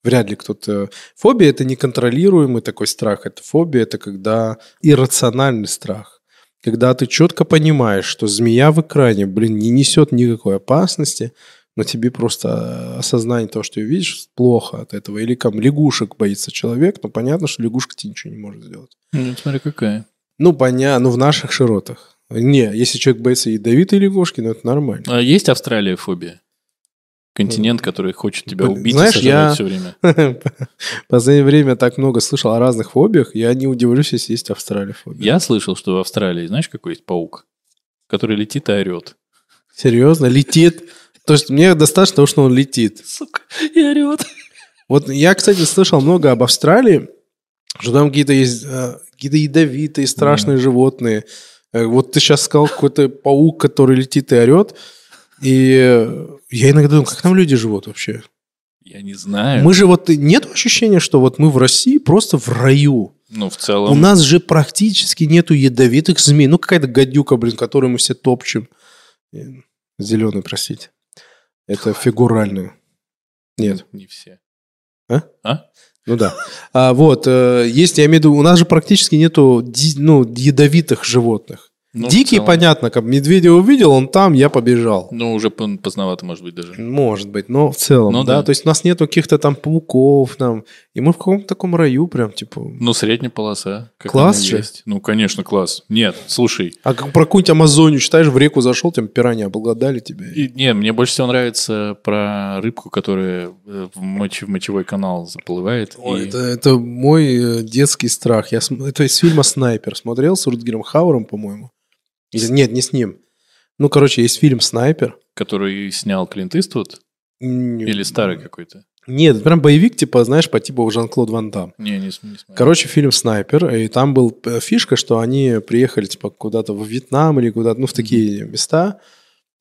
Вряд ли кто-то... Фобия – это неконтролируемый такой страх. Это фобия – это когда иррациональный страх. Когда ты четко понимаешь, что змея в экране, блин, не несет никакой опасности, но тебе просто э, осознание того, что ты видишь, плохо от этого. Или там лягушек боится человек, но понятно, что лягушка тебе ничего не может сделать. Ну, смотри, какая. Ну, понятно, ну в наших широтах. Не, если человек боится ядовитой лягушки, ну это нормально. А есть Австралия фобия? Континент, который хочет тебя Блин, убить Э, знаешь, и сожрать я- все время. В последнее время так много слышал о разных фобиях, я не удивлюсь, если есть австралифобия. Я слышал, что в Австралии, знаешь, какой есть паук? Который летит и орет. Серьезно? Летит? То есть мне достаточно того, что он летит. Сука, и орет. Вот я, кстати, слышал много об Австралии, что там какие-то есть э, какие-то ядовитые, страшные животные. Э, Вот ты сейчас сказал, какой-то паук, который летит и орет. И э, я иногда думаю, как там люди живут вообще? Я не знаю. Мы же вот нет ощущения, что вот мы в России просто в раю. Ну, в У целом, нас же практически нету ядовитых змей. Ну, какая-то гадюка, блин, которую мы все топчем. Зеленый, простите. Это фигурально. Нет. не все. Ну да. А, вот, э, есть, я имею в виду, у нас же практически нету ди- ну, ядовитых животных. Ну, в Дикие, целом, понятно, как медведя увидел, он там, я побежал. Ну, уже пон- поздновато, может быть, даже. Может быть, но в целом, Ну да. да. То есть у нас нету каких-то там пауков, там, и мы в каком-то таком раю прям, типа, Ну, средняя полоса. как Класс она же. есть. Ну, конечно, класс. Нет, слушай. А как про какую-нибудь Амазонию читаешь, в реку зашел, там пираньи обладали тебя. и- не, мне больше всего нравится про рыбку, которая э, в, моче- в мочевой канал заплывает. Ой, и- это, это мой э, детский страх. Я см- Это из фильма «Снайпер». Смотрел с Рутгером Хауэром, по-моему? Или- Нет, не с ним. Ну, короче, есть фильм «Снайпер». Который снял Клинт Иствуд? М, Или старый какой-то? Нет, это прям боевик, типа, знаешь, по типу Жан-Клод Ван Дам. Не, не, с- не смотрел. Короче, фильм «Снайпер», и там был э, фишка, что они приехали, типа, куда-то во Вьетнам или куда-то, ну, в такие места,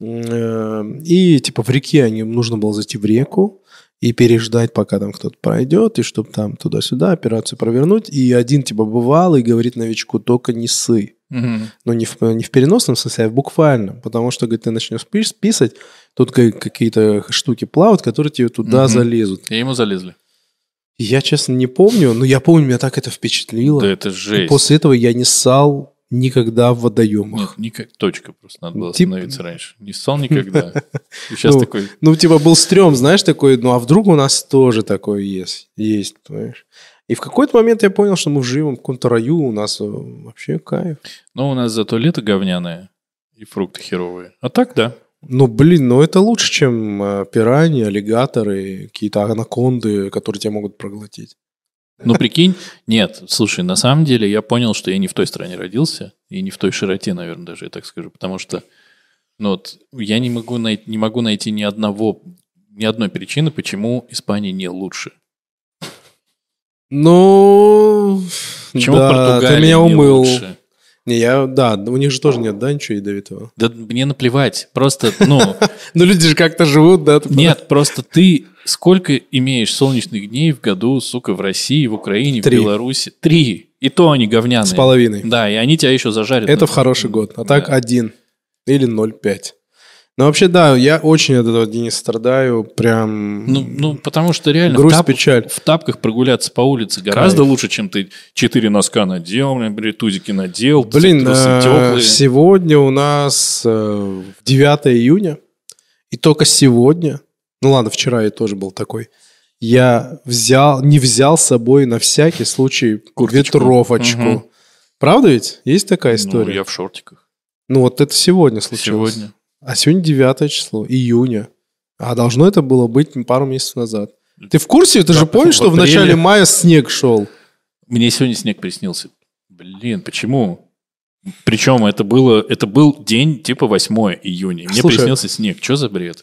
М, э, и, типа, в реке они, им нужно было зайти в реку и переждать, пока там кто-то пройдет, и чтобы там туда-сюда операцию провернуть, и один, типа, бывал и говорит новичку, только не ссы. Мгм. Ну, не в, не в переносном смысле, а в буквальном. Потому что, говорит, ты начнешь пис- писать, тут ка- какие-то штуки плавают, которые тебе туда Мгм. залезут. И ему залезли. Я, честно, не помню, но я помню, меня так это впечатлило. Да это И жесть. после этого я не ссал никогда в водоемах. Нет, никак, точка просто надо было Тип- остановиться раньше. Не ссал никогда. И сейчас Ну, такой, Ну, типа, был стрём, знаешь, такой, ну, а вдруг у нас тоже такое есть? Есть, понимаешь? И в какой-то момент я понял, что мы в живом каком-то раю, у нас э, вообще кайф. ну у нас зато лето говняное и фрукты херовые. А так да. Ну, блин, ну это лучше, чем э, пираньи, аллигаторы, какие-то анаконды, которые тебя могут проглотить. Ну прикинь, нет, слушай, на самом деле я понял, что я не в той стране родился и не в той широте, наверное, даже я так скажу, потому что ну вот я не могу найти, не могу найти ни одного, ни одной причины, почему Испания не лучше. Ну, Почему да, Португалия ты меня не умыл. лучше? Не, я, да, у них же тоже нет, да, ничего ядовитого. Да мне наплевать, просто, ну, Ну, люди же как-то живут, да? ты Нет, просто ты сколько имеешь солнечных дней в году, сука, в России, в Украине, Три. в Беларуси? Три. И то они говняные. С половиной. Да, и они тебя еще зажарят. Это Ну, в хороший год. А да. так один или 0,5. Но вообще, да, я очень от этого, Денис, страдаю. Прям Ну, ну, потому что реально грусть, в, тап- печаль. в тапках прогуляться по улице гораздо Кайф. лучше, чем ты четыре носка надел, блин, тузики надел, Блин, трусы э, теплые. сегодня у нас э, 9 июня. И только сегодня Ну ладно, вчера я тоже был такой. Я взял, не взял с собой на всякий случай Курточку. ветровочку. Мгм. Правда ведь? Есть такая Ну, история? я в шортиках. Ну вот это сегодня случилось. Сегодня. А сегодня 9 число, июня. А должно это было быть пару месяцев назад. Ты в курсе? Ты Да, же помнишь, в что в начале апреле. мая снег шел? Мне сегодня снег приснился. Блин, почему? Причем это было, это был день типа 8 июня. Мне Слушай. приснился снег. Что за бред?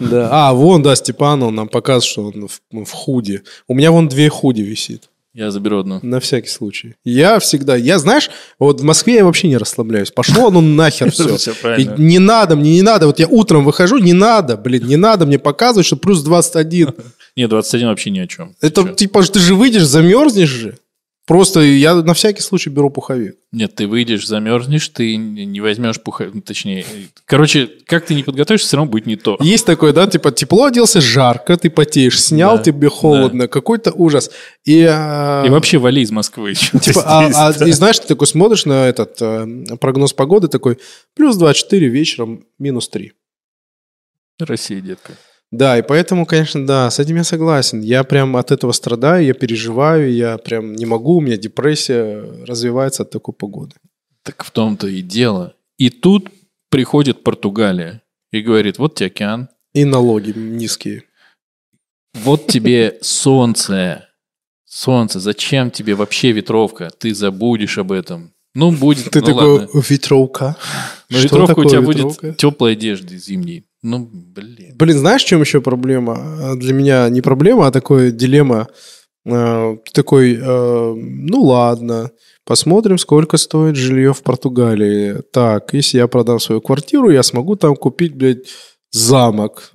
Да. А, вон, да, Степан, он нам показывает, что он в, в худи. У меня вон две худи висит, Я заберу одну. на всякий случай. Я всегда, я, знаешь, вот в Москве я вообще не расслабляюсь. Пошло оно нахер все. Всё И правильно. не надо мне, не надо. Вот я утром выхожу, не надо, блин, не надо мне показывать, что плюс 21. Не, 21 вообще ни о чем. Это Чё? типа, ж ты же выйдешь, замерзнешь же. Просто я на всякий случай беру пуховик. Нет, ты выйдешь, замерзнешь, ты не не возьмешь пуха... ну, Точнее, короче, как ты не подготовишься, все равно будет не то. Есть такое, да, типа тепло оделся, жарко, ты потеешь, снял, Да, тебе холодно, какой-то ужас. И, а, И вообще вали из Москвы. чё ты типа, а- а, здесь, да. и знаешь, ты такой смотришь на этот э, прогноз погоды, такой плюс 24 вечером, минус 3. а Россия, детка. Да, и поэтому, конечно, да, с этим я согласен. Я прям от этого страдаю, я переживаю, я прям не могу, у меня депрессия развивается от такой погоды. Так в том-то и дело. И тут приходит Португалия и говорит, вот тебе океан, И налоги низкие. вот тебе солнце. Солнце, зачем тебе вообще ветровка? Ты забудешь об этом. Ну, будет, Ты ну такой, ладно. ветровка? Ну, Что ветровка у такое тебя ветровка? будет теплой одежды зимней. Ну, блин. Блин, знаешь, в чем еще проблема? Э, Для меня не проблема, а такое дилемма. Э, Ты такой, э, ну ладно, посмотрим, сколько стоит жилье в Португалии. Так, если я продам свою квартиру, я смогу там купить, блядь, замок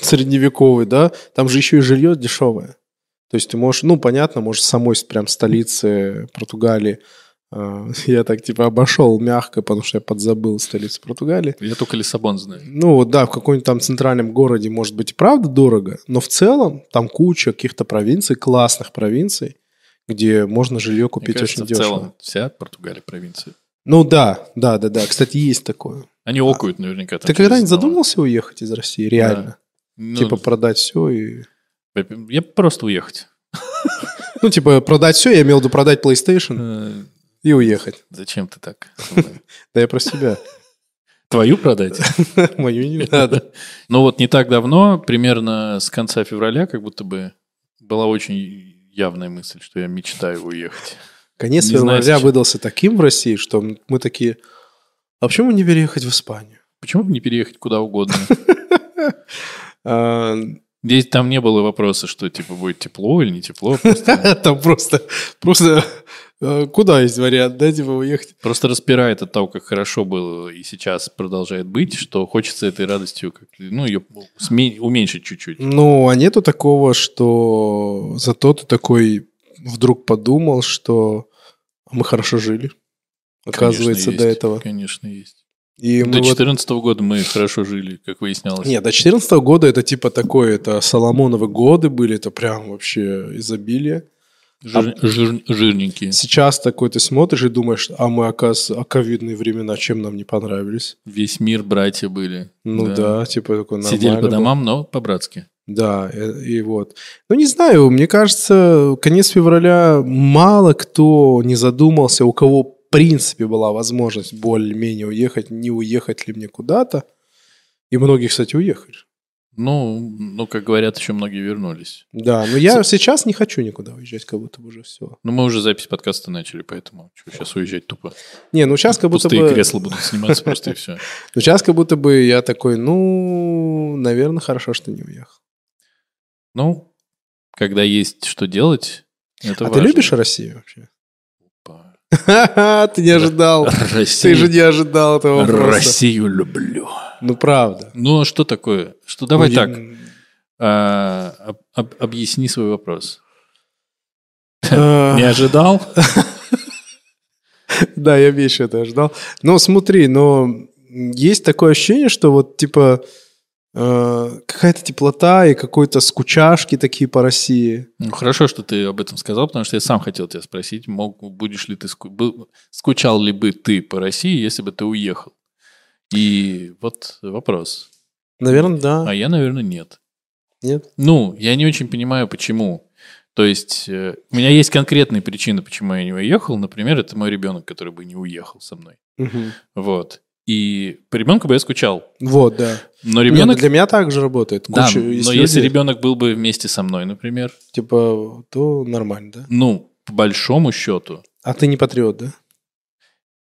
средневековый, да? Там же еще и жилье дешевое. То есть ты можешь, ну, понятно, можешь самой с- прям столицы Португалии. Э, Я так типа обошел мягко, потому что я подзабыл столицу Португалии. Я только Лиссабон знаю. Ну вот да, в каком-нибудь там центральном городе может быть и правда дорого, но в целом там куча каких-то провинций, классных провинций, где можно жилье Мне купить очень кажется, в дешево. целом вся Португалия провинция. Ну да, да, да, да. Кстати, есть такое. Они окают наверняка. там Ты через когда-нибудь Зеланд. задумывался уехать из России? Реально? Ну, Типа продать все и... Я просто уехать. Ну типа продать все, я имел в виду продать PlayStation Э, и уехать. Зачем ты так? Да я про себя. Твою продать? Мою не надо. Ну вот не так давно, примерно с конца февраля, как будто бы была очень явная мысль, что я мечтаю уехать. Конец Не знаю, февраля зачем. выдался таким в России, что мы такие... А почему не переехать в Испанию? Почему бы не переехать куда угодно? А, Здесь там не было вопроса, что типа будет тепло или не тепло. Просто, Там просто, просто э, куда есть вариант, да, типа уехать? просто распирает от того, как хорошо было и сейчас продолжает быть, что хочется этой радостью, как, ну, ее сме- уменьшить чуть-чуть. Ну, а нету такого, что зато ты такой вдруг подумал, что мы хорошо жили, оказывается, Конечно, до есть. этого. Конечно, есть. И мы До вот- 2014 года мы хорошо жили, как выяснялось. Нет, до 14 года это типа такое, это Соломоновы годы были, это прям вообще изобилие. Жир- а жир- жирненькие. Сейчас такой ты смотришь и думаешь, а мы, оказывается, а ковидные времена чем нам не понравились? Весь мир братья были. Ну да, типа такой нормально. Сидели по было. домам, но по-братски. Да, э, и вот. Ну, не знаю, мне кажется, конец февраля мало кто не задумался, у кого в принципе была возможность более-менее уехать, не уехать ли мне куда-то. И многие, кстати, уехали. Ну, ну, как говорят, еще многие вернулись. Да, но я сейчас не хочу никуда уезжать, как будто бы уже все. Но Ну, мы уже запись подкаста начали, поэтому сейчас уезжать тупо. Не, ну сейчас как будто Пустые бы... кресла будут сниматься просто и все. Ну, сейчас как будто бы я такой, ну, наверное, хорошо, что не уехал. Ну, когда есть что делать, это а важно. ты любишь Россию вообще? Опа. Ха-ха, ты не ожидал. Ты же Россию, не ожидал этого вопроса. Россию люблю. Ну, правда. Ну, а что такое? Что давай Ну, так, я- а, об- об- объясни свой вопрос. Э, Не ожидал? Да, я меньше это ожидал. Но смотри, но есть такое ощущение, что вот типа э, какая-то теплота и какой-то скучашки такие по России. Ну, хорошо, что ты об этом сказал, потому что я сам хотел тебя спросить, мог, будешь ли ты ску- был- скучал ли бы ты по России, если бы ты уехал? И вот вопрос. Наверное, да. А я, наверное, нет. Нет? Ну, я не очень понимаю, почему. То есть э, у меня есть конкретные причины, почему я не уехал. Например, это мой ребенок, который бы не уехал со мной. Мгм. Вот. И по ребенку бы я скучал. Вот, да. Но Не, ну ребенок... для меня так же работает. Да, Куча- но есть если люди, ребенок был бы вместе со мной, например, Типа, то нормально, да? ну, по большому счету, А ты не патриот, да?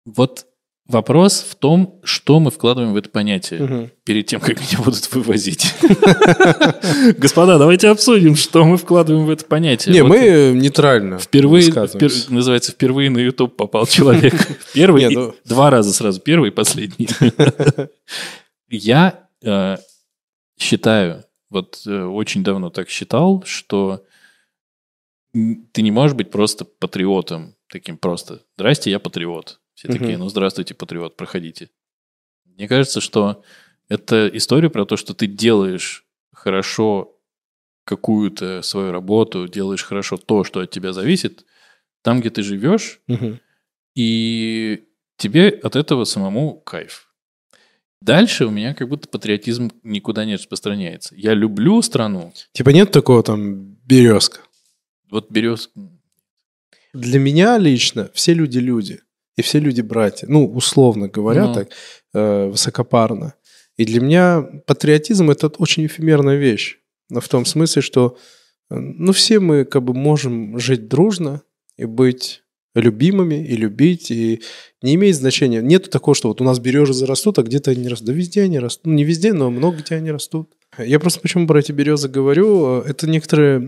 вот вопрос в том, что мы вкладываем в это понятие Мгм. перед тем, как меня будут вывозить. Господа, давайте обсудим, что мы вкладываем в это понятие. Не, э, Вот мы нейтрально Впервые, высказываемся. впер- называется, впервые на YouTube попал человек. Первый, Не, и- ну- два раза сразу, первый и последний. Я э, считаю, вот э, очень давно так считал, что м, ты не можешь быть просто патриотом, таким просто. Здрасте, я патриот. Все Мгм. такие, ну здравствуйте, патриот, проходите. Мне кажется, что это история про то, что ты делаешь хорошо какую-то свою работу, делаешь хорошо то, что от тебя зависит, там, где ты живешь, Мгм. и тебе от этого самому кайф. Дальше у меня как будто патриотизм никуда не распространяется. Я люблю страну. Типа нет такого там березка. Вот берез... Для меня лично все люди люди. И все люди братья. Ну, условно говоря, Ну. так э, высокопарно. И для меня патриотизм это очень эфемерная вещь. Но в том смысле, что э, ну, все мы как бы можем жить дружно и быть любимыми, и любить, и не имеет значения. Нету такого, что вот у нас бережи зарастут, а где-то они не растут. Да везде они растут. Ну, не везде, но много где они растут. Я просто почему про эти березы говорю, э, это некоторый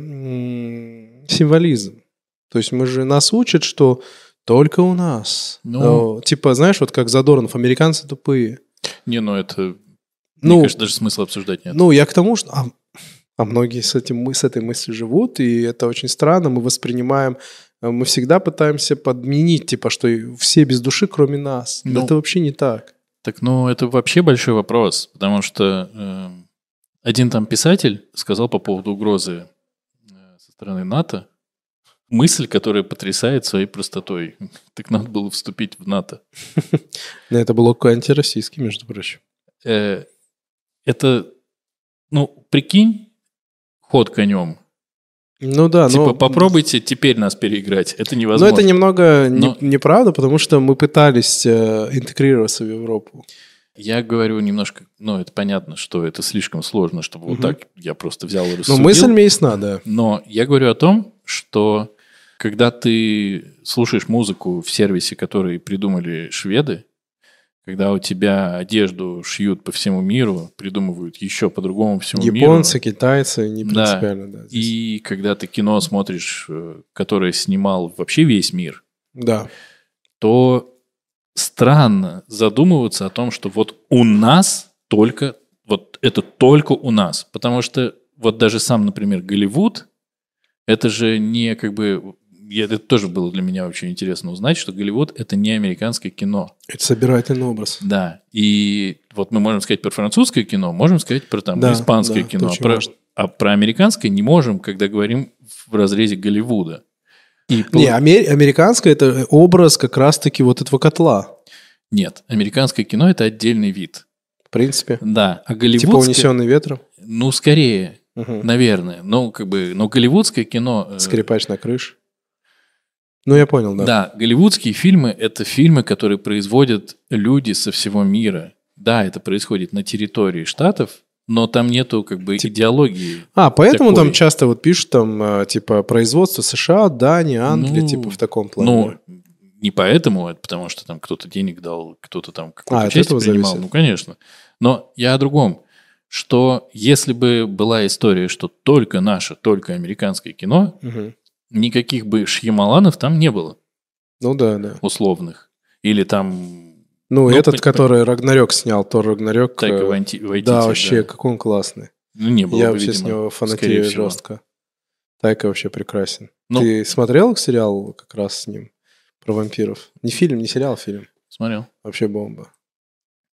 м, символизм. То есть мы же нас учат, что только у нас. Ну. Э, Типа, знаешь, вот как Задорнов, американцы тупые. Не, ну это... Ну, мне кажется, даже смысла обсуждать нет. ну, я к тому, что... А, а многие с, этим, мы- с этой мыслью живут, и это очень странно. Мы воспринимаем... э, Мы всегда пытаемся подменить, типа, что и все без души, кроме нас. Да Ну. Это вообще не так. Так, ну это вообще большой вопрос, потому что эм, один там писатель сказал по поводу угрозы э, со стороны НАТО мысль, которая потрясает своей простотой. Так надо было вступить в НАТО. Но это блок антироссийский, между прочим. э, это, ну, прикинь, ход конем. Ну да, типа, но... попробуйте теперь нас переиграть. Это Но невозможно. это немного не- Но- неправда, потому что мы пытались э, интегрироваться в Европу. Я говорю немножко, ну, это понятно, что это слишком сложно, чтобы Мгм. вот так я просто взял и Но рассудил. мысль мне ясна, да. Но я говорю о том, что когда ты слушаешь музыку в сервисе, который придумали шведы, когда у тебя одежду шьют по всему миру, придумывают еще по-другому всему миру. Японцы, китайцы, не Да. принципиально, да. здесь. И когда ты кино смотришь, э, которое снимал вообще весь мир, Да. то странно задумываться о том, что вот у нас только, вот это только у нас. Потому что вот даже сам, например, Голливуд, это же не как бы... я- Это тоже было для меня очень интересно узнать, что Голливуд — это не американское кино. Это собирательный образ. Да. И вот мы можем сказать про французское кино, можем сказать про там Да, да, испанское это кино. очень Про- важно. а про американское не можем, когда говорим в разрезе Голливуда. И пол- Не, а амер- американское это образ как раз-таки вот этого котла, Нет, американское кино — это отдельный вид. в принципе. Да, а Типа голливудское... унесенный ветром. Ну, скорее, Мгм. наверное. Ну, как бы... Но голливудское кино... э, Скрипач на крыше. Ну, я понял, да. Да, голливудские фильмы — это фильмы, которые производят люди со всего мира. Да, это происходит на территории штатов, но там нету как бы идеологии. А, поэтому Такой. там часто вот пишут там, э, типа, производство США, Дания, Англия, Ну, типа, в таком плане. Ну, не поэтому, а потому что там кто-то денег дал, кто-то там А, какую-то от часть этого принимал. зависит. Ну, конечно. Но я о другом. Что если бы была история, что только наше, только американское кино, Мгм. никаких бы Шьямаланов там не было Ну, да, да. условных. Или там Ну, Ну, этот, пон- который Рагнарёк снял, Тор Рагнарёк. э, Тайка Ванти- Вайтити, Да, вообще, какой он классный. Ну, не было я бы, вообще с видимо, него скорее фанатею всего. жестко. Тайка вообще прекрасен. Ну. Ты смотрел сериал как раз с ним про вампиров? Не фильм, не сериал, а фильм. Смотрел. Вообще бомба.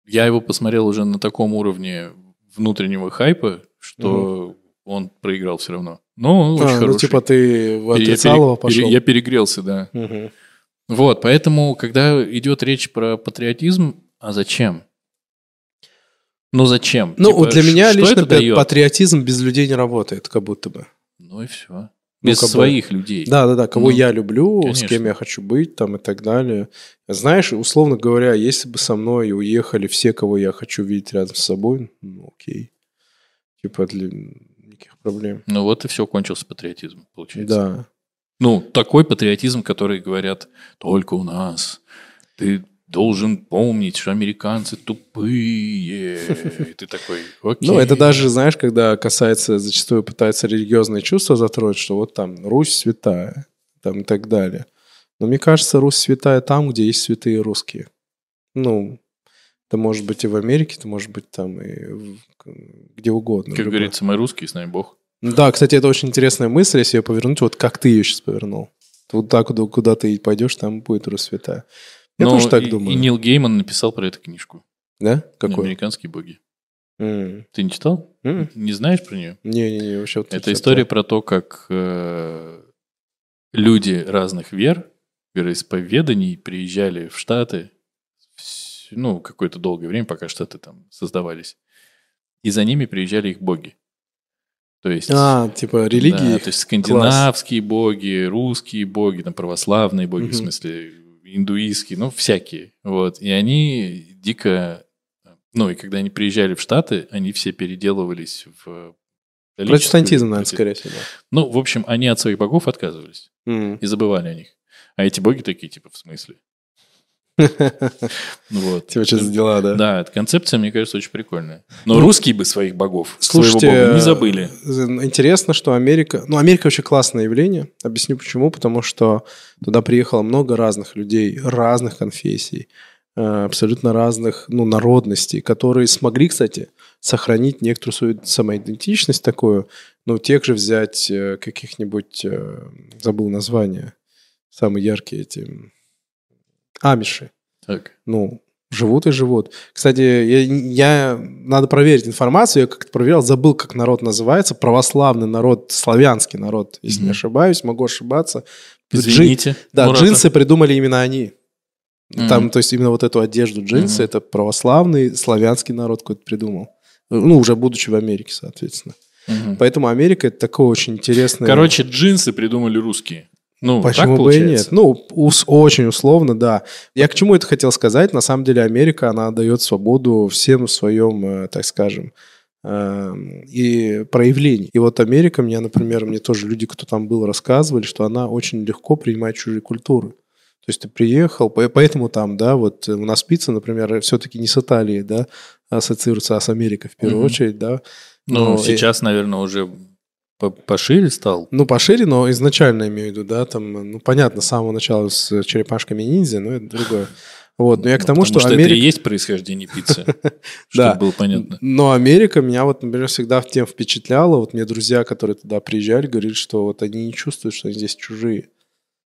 Я его посмотрел уже на таком уровне внутреннего хайпа, что он проиграл все равно. Но он А, очень ну хороший. типа ты в Пере- я пере- отрицалого пере- пошел. я перегрелся, да. Мгм. Вот, поэтому, когда идет речь про патриотизм, а зачем? Ну зачем? Ну, Типа, вот для ш- меня что лично это дает? патриотизм без людей не работает, как будто бы. Ну и все. Ну, Без как бы- своих людей. Да, да, да. Кого Ну, я люблю, с кем конечно. я хочу быть, там и так далее. Знаешь, условно говоря, если бы со мной уехали все, кого я хочу видеть рядом с собой, ну окей. Типа для никаких проблем. Ну вот и все кончился патриотизм, получается. Да. Ну, такой патриотизм, который говорят только у нас. Ты должен помнить, что американцы тупые. И ты такой, окей. Ну, это даже, знаешь, когда касается, зачастую пытаются религиозные чувства затронуть, что вот там Русь святая, там и так далее. Но мне кажется, Русь святая там, где есть святые русские. Ну, это может быть и в Америке, это может быть там и в- где угодно. Как Любой- говорится, мы русские, с нами Бог. Да, кстати, это очень интересная мысль, если ее повернуть, вот как ты ее сейчас повернул. Вот так, куда, куда ты пойдешь, там будет Русь святая. Я Но тоже так Ну, и- Ну, думаю. И Нил Гейман написал про эту книжку. Да? Какой? Американские боги. М. Ты не читал? М. Не знаешь про нее? Не-не-не, вообще... вот Это что-то- история про то, как э, люди разных вер, вероисповеданий приезжали в Штаты, вс- ну, какое-то долгое время, пока Штаты там создавались, и за ними приезжали их боги. То есть... А, типа да, религии. то есть скандинавские боги, русские боги, там, православные боги, Мгм. в смысле, индуистские, ну, всякие. Вот. И они дико... Ну, и когда они приезжали в Штаты, они все переделывались в... католическую- Протестантизм, наверное, протест- скорее всего. ну, в общем, они от своих богов отказывались М. и забывали о них. А эти боги такие, типа, в смысле? Ну Вот. Типа, что за дела, да? Да, эта концепция, мне кажется, очень прикольная. Но Ну, русские бы своих богов, Слушайте, своего бога не забыли. э, Интересно, что Америка... Ну, Америка вообще классное явление. Объясню почему. Потому что туда приехало много разных людей, разных конфессий, э, абсолютно разных ну, народностей, которые смогли, кстати, сохранить некоторую свою самоидентичность такую. Ну, тех же взять э, каких-нибудь... э, Забыл название. Самые яркие эти... м, Амиши. Так. ну, живут и живут. Кстати, я, я- надо проверить информацию, я как-то проверял, забыл, как народ называется, православный народ, славянский народ, если не Мгм. ошибаюсь, могу ошибаться. Джин- Извините. да, Муратов. джинсы придумали именно они. Мгм. Там, то есть именно вот эту одежду джинсы, Мгм. это православный славянский народ какой-то придумал. Ну, уже будучи в Америке, соответственно. Мгм. Поэтому Америка это такое очень интересное... Короче, джинсы придумали русские. Ну, Почему так бы и получается. нет? Ну, ус- очень условно, да. Я к чему это хотел сказать? На самом деле Америка, она дает свободу всем в своем, э, так скажем, эм, и проявлений. И вот Америка, меня, например, мне тоже люди, кто там был, рассказывали, что она очень легко принимает чужие культуры. То есть ты приехал, по- поэтому там, да, вот э, у нас пицца, например, все-таки не с Италией, да, ассоциируется, а с Америкой в первую Мгм. очередь, да. Ну, Но и- сейчас, наверное, уже по- пошире стал. ну, пошире, но изначально имею в виду, да, там, ну, понятно, с самого начала с черепашками ниндзя, но это другое. Вот, но я к тому, что, Потому что это и Америка... есть происхождение пиццы. Да. Чтобы было понятно. Но Америка меня вот, например, всегда тем впечатляла. Вот мне друзья, которые туда приезжали, говорили, что вот они не чувствуют, что они здесь чужие.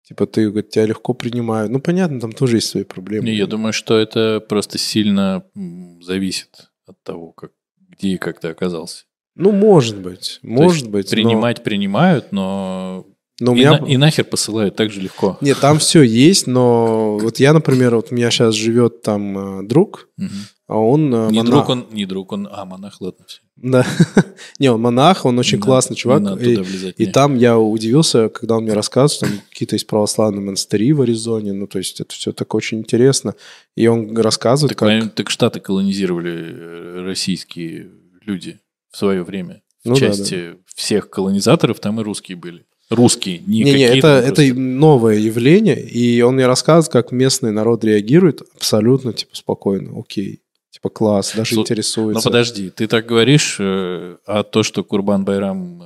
Типа ты, говорит, тебя легко принимают. Ну, понятно, там тоже есть свои проблемы. Не, я думаю, что это просто сильно м, зависит от того, как, где и как ты оказался. Ну, может быть, может быть. но- Принимать принимают, но Но, у и, меня... на- и нахер посылают так же легко. Нет, там все есть, но вот я, например, вот у меня сейчас живет там э, друг, Мгм. а он... э, Не монах. друг он, не друг он, а монах, ладно. всё. Да. Не, он монах, он очень Не классный надо- чувак. не надо и, туда влезать, и не. там я удивился, когда он мне рассказывал, что там какие-то есть православные монастыри в Аризоне. Ну, то есть это все так очень интересно. И он рассказывает, так, Ну, как... наверное, так штаты колонизировали э, российские люди в свое время. В Ну да, части всех колонизаторов там и русские были. Русские, не, Не-не, это, какие-то это и просто. новое явление, и он мне рассказывает, как местный народ реагирует абсолютно, типа, спокойно, окей, типа, класс, даже Слу- интересуется. Но подожди, ты так говоришь, э, а то, что Курбан-Байрам э,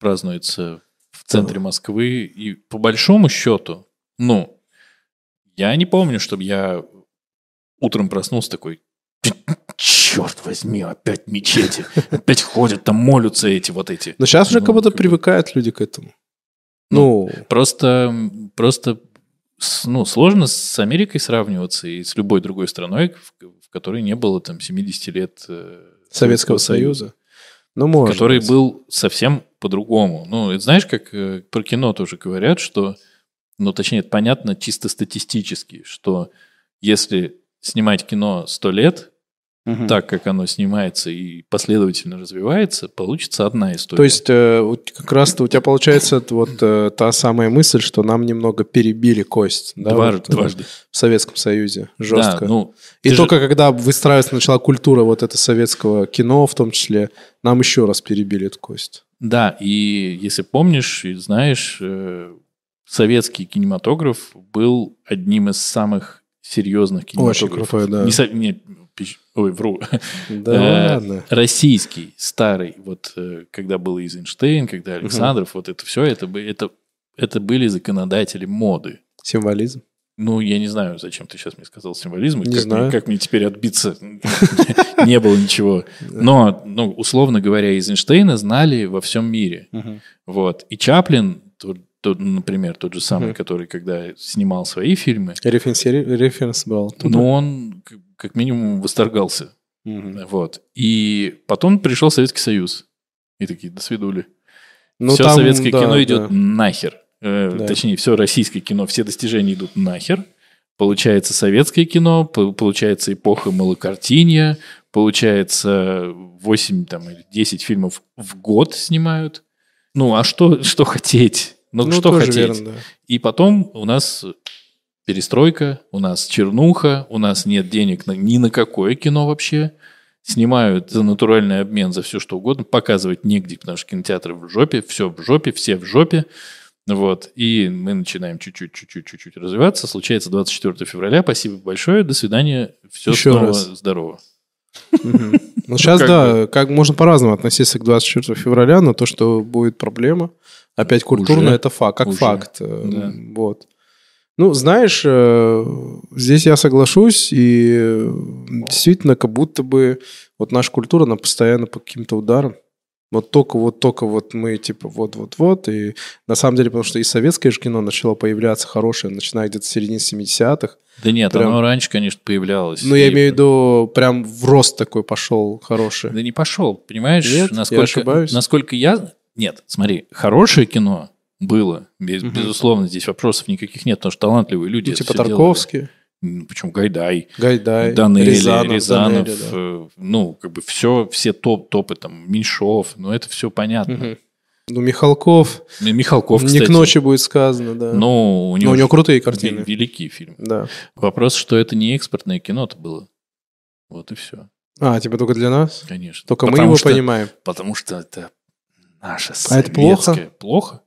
празднуется в центре Москвы, и по большому счету, ну, я не помню, чтобы я утром проснулся такой, черт возьми, опять мечети, опять ходят, там молятся эти вот эти. Но сейчас уже Ну, как будто как бы- привыкают люди к этому. Ну, Ну, Просто, м, просто с- ну, сложно с Америкой сравниваться и с любой другой страной, в, в которой не было там 70 лет э, Советского Союза. ну, может который быть. был совсем по-другому. Ну, это знаешь, как э, про кино тоже говорят, что, ну, точнее, это понятно чисто статистически, что если снимать кино 100 лет, Мгм. так, как оно снимается и последовательно развивается, получится одна история. То есть э, вот как раз у тебя получается вот э, та самая мысль, что нам немного перебили кость. Да, Двар- вот, э, дважды. В Советском Союзе. Жестко. Да, ну, И ты же- только когда выстраиваться начала культура вот это советского кино в том числе, нам еще раз перебили эту кость. Да, и если помнишь и знаешь, э, советский кинематограф был одним из самых серьезных Очень кинематографов. крутой, да. Не со- не, пищ- ой, вру. Да, Э, ладно. Российский, старый, вот э, когда был Эйзенштейн, когда Александров, вот это все, это, бы- это, это были законодатели моды. Символизм. Ну, я не знаю, зачем ты сейчас мне сказал символизм, и Не как, знаю. Мне, как мне теперь отбиться. Не было ничего. Но, ну, условно говоря, Эйзенштейна знали во всем мире. Мгм. Вот. И Чаплин, тот- тот, например, тот же самый, Мгм. который когда снимал свои фильмы, Референс, референс брал оттуда. но он к- как минимум восторгался. Мгм. Вот. И потом пришел Советский Союз. И такие, до свидули. Ну, все там, советское да, кино да. идет нахер. Э, Да. Точнее, все российское кино, все достижения идут нахер. Получается советское кино, по- получается эпоха малокартинья, получается 8 там, или 10 фильмов в год снимают. Ну, а что, что хотеть? Ну, Ну, что тоже хотеть? верно, да. И потом у нас перестройка, у нас чернуха, у нас нет денег на- ни на какое кино вообще. Снимают за натуральный обмен, за все что угодно. Показывать негде, потому что кинотеатры в жопе, все в жопе, все в жопе. Вот. И мы начинаем чуть-чуть, чуть-чуть, чуть-чуть развиваться. Случается 24 февраля. Спасибо большое. До свидания. Все Еще снова раз. здорово. Мгм. Ну, сейчас, как да, как можно по-разному относиться к 24 февраля, но то, что будет проблема, опять культурно, Уже. это факт, как Уже. факт. э, Да. Вот. Ну, знаешь, э, здесь я соглашусь, и э, действительно, как будто бы вот наша культура, она постоянно по каким-то ударам. Вот только вот только вот мы типа вот-вот-вот. И на самом деле, потому что и советское же кино начало появляться хорошее, начиная где-то с середины 70-х. Да нет, Прям. оно раньше, конечно, появлялось. Ну, я И- имею в виду, прям в рост такой пошел хороший. Да не пошел, понимаешь? Нет, я насколько, ошибаюсь. Насколько я... Нет, смотри, хорошее кино было, без- Мгм. безусловно, здесь вопросов никаких нет, потому что талантливые люди Ну, это типа всё делали. Тарковский, Ну, Почему Гайдай, Гайдай, Данели, Рязанов, Рязанов, Данели, да. э, ну, как бы все, все топ, топы, там, Меньшов, ну, это все понятно. Мгм. Ну, Михалков, Ну, и Михалков, не кстати. к ночи будет сказано, да. Ну, у Но него, у него же крутые ве- картины. великие фильмы. Да. Вопрос, что это не экспортное кино-то было. Вот и все, А, типа только для нас? конечно. Только мы Потому его что- понимаем. Потому что это наше А это плохо? советское. Плохо?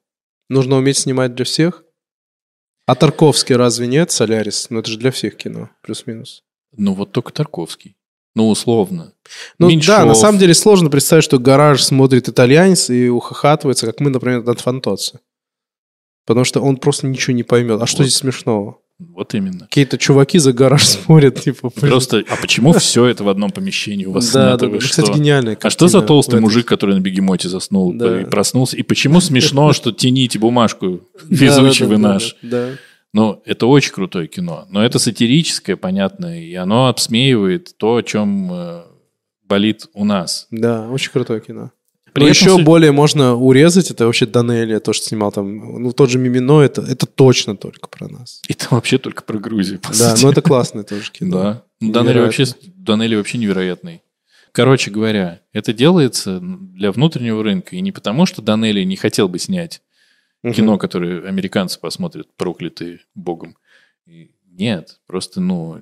Нужно уметь снимать для всех. А Тарковский разве нет, Солярис? Ну, это же для всех кино, плюс-минус. Ну, вот только Тарковский. Ну, условно. Ну Меньшов. да, на самом деле сложно представить, что гараж смотрит итальянец и ухахатывается, как мы, например, над Фантоцци. Потому что он просто ничего не поймет. А что Вот. здесь смешного? Вот именно. Какие-то чуваки за гараж смотрят, типа... блин. Просто, а почему все это в одном помещении у вас да, снято? да, Вы да. Кстати, что? гениальная А что за картина в толстый этом. мужик, который на бегемоте заснул Да. и проснулся? И почему смешно, что тяните бумажку, везучий вы Да-да-да-да-да. наш? Да. Ну, это очень крутое кино. Но это сатирическое, понятно, и оно обсмеивает то, о чем э, болит у нас. Да, очень крутое кино. При Но этом еще суть- более можно урезать, это вообще Данелия, то, что снимал там, ну, тот же Мимино, это, это точно только про нас. Это вообще только про Грузию, по Да, сути. но это классное тоже кино. Да. Ну, Данели Невероятно. вообще, Данели вообще невероятный. Короче говоря, это делается для внутреннего рынка. И не потому, что Данели не хотел бы снять Мгм. кино, которое американцы посмотрят, проклятые богом. И Нет, просто, ну,